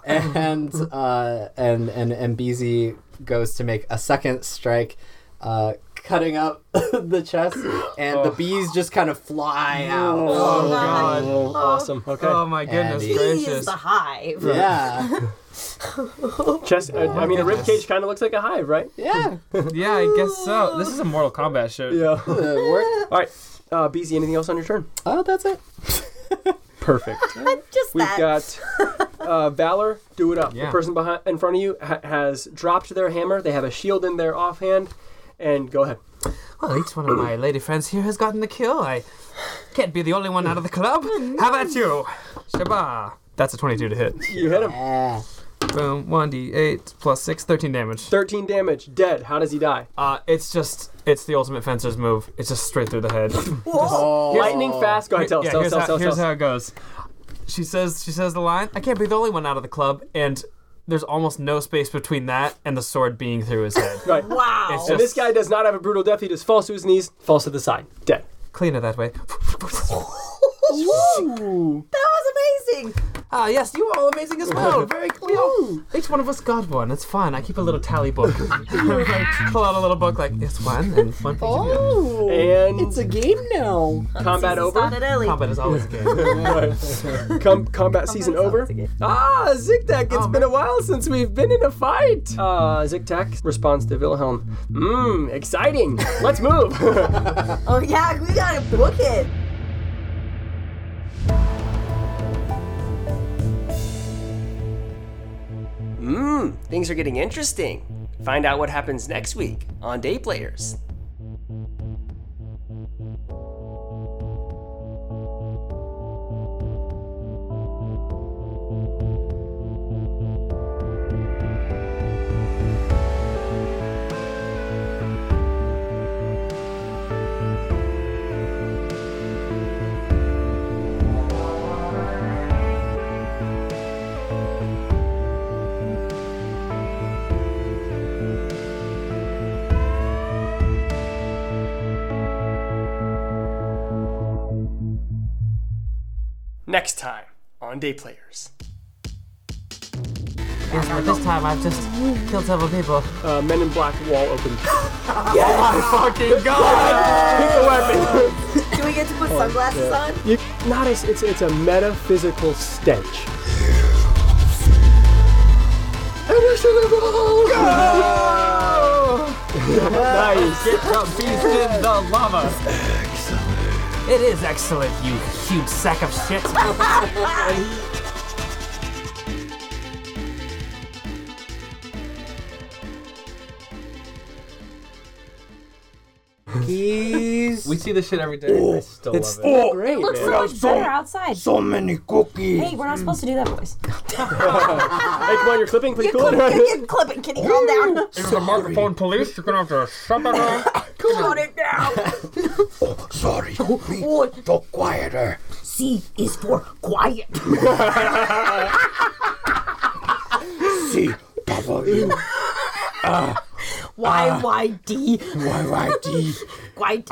Speaker 2: and uh, and and and Beezy goes to make a second strike, uh, cutting up the chest, and the bees just kind of fly out.
Speaker 3: oh god.
Speaker 5: Oh, awesome. Okay.
Speaker 3: Oh my goodness
Speaker 2: Andy.
Speaker 1: He is
Speaker 3: gracious.
Speaker 1: the hive.
Speaker 2: Yeah,
Speaker 5: Chest. uh, I mean, a rib cage kind of looks like a hive, right?
Speaker 2: yeah.
Speaker 3: Yeah, I guess so. This is a Mortal Kombat shit.
Speaker 5: Yeah.
Speaker 2: Uh, work.
Speaker 5: All right. Uh, BZ, anything else on your turn?
Speaker 2: Oh, that's it.
Speaker 5: Perfect.
Speaker 1: Just
Speaker 5: We've
Speaker 1: that.
Speaker 5: got uh, Valor. Do it up. The
Speaker 3: Yeah.
Speaker 5: person behind in front of you ha- has dropped their hammer. They have a shield in their offhand. And go ahead.
Speaker 3: Well, each one of my lady friends here has gotten the kill. I can't be the only one out of the club. How about you? Shabba. That's a 22 to hit.
Speaker 5: You hit him.
Speaker 2: Yeah.
Speaker 3: Boom. 1d8 plus 6, 13 damage.
Speaker 5: 13 damage. Dead. How does he die?
Speaker 3: Uh, it's just, it's the ultimate fencer's move. It's just straight through the head.
Speaker 2: Oh.
Speaker 5: Lightning fast. Go ahead. Tell us.
Speaker 3: yeah,
Speaker 5: Tell us.
Speaker 3: here's,
Speaker 5: Tell
Speaker 3: how,
Speaker 5: us. Tell us.
Speaker 3: here's
Speaker 5: tell
Speaker 3: how
Speaker 5: us.
Speaker 3: it goes. She says, she says the line, I can't be the only one out of the club. And there's almost no space between that and the sword being through his head.
Speaker 5: Right.
Speaker 1: Wow.
Speaker 3: It's
Speaker 5: And
Speaker 3: just
Speaker 5: this guy does not have a brutal death. He just falls to his knees, falls to the side. Dead.
Speaker 3: cleaner that way.
Speaker 1: that was amazing.
Speaker 3: Ah, yes, you are all amazing as well. Very we all, Each one of us got one. It's fine. I keep a little tally book. I pull out a little book like it's one and one for each of you.
Speaker 5: And
Speaker 2: It's a game now.
Speaker 5: combat over.
Speaker 1: Started early.
Speaker 3: Combat is always a game.
Speaker 5: Com- combat season over. Ah, Ziktak,
Speaker 8: Oh,
Speaker 5: It's been a while since we've been in a fight. Ah, Ziktak responds to Wilhelm. Mmm, exciting. Let's move.
Speaker 1: Oh yeah, we gotta book it.
Speaker 8: Hmm, things are getting interesting. Find out what happens next week on Day Players. Next time on Day Players.
Speaker 3: Yes, but this time I've just killed several people.
Speaker 5: Uh, Men in Black wall open. Oh
Speaker 3: Fucking god!
Speaker 5: Pick a weapon.
Speaker 1: Do we get to put sunglasses on?
Speaker 5: You, not as it's it's a metaphysical stench.
Speaker 2: Finish it all!
Speaker 5: Nice.
Speaker 3: Get the beast in the lava. It is excellent, you huge sack of shit.
Speaker 2: He's
Speaker 3: we see this shit every day. I still
Speaker 5: It's
Speaker 3: love it.
Speaker 5: great,
Speaker 9: Looks
Speaker 5: man.
Speaker 9: so much better outside.
Speaker 2: so many cookies.
Speaker 9: Hey, we're not supposed to do that voice.
Speaker 5: Hey, come on, you're clipping pretty
Speaker 1: You
Speaker 5: cool.
Speaker 1: clip, you clip it, Kitty. Calm down.
Speaker 3: It's the microphone police. You're gonna have to shut that up.
Speaker 1: Calm it down.
Speaker 2: Oh, Sorry, me
Speaker 1: Boy,
Speaker 2: so quieter.
Speaker 1: Oh. C is for quiet.
Speaker 2: C Ah. W
Speaker 1: Y Y D.
Speaker 2: Y Y D.
Speaker 1: Quiet.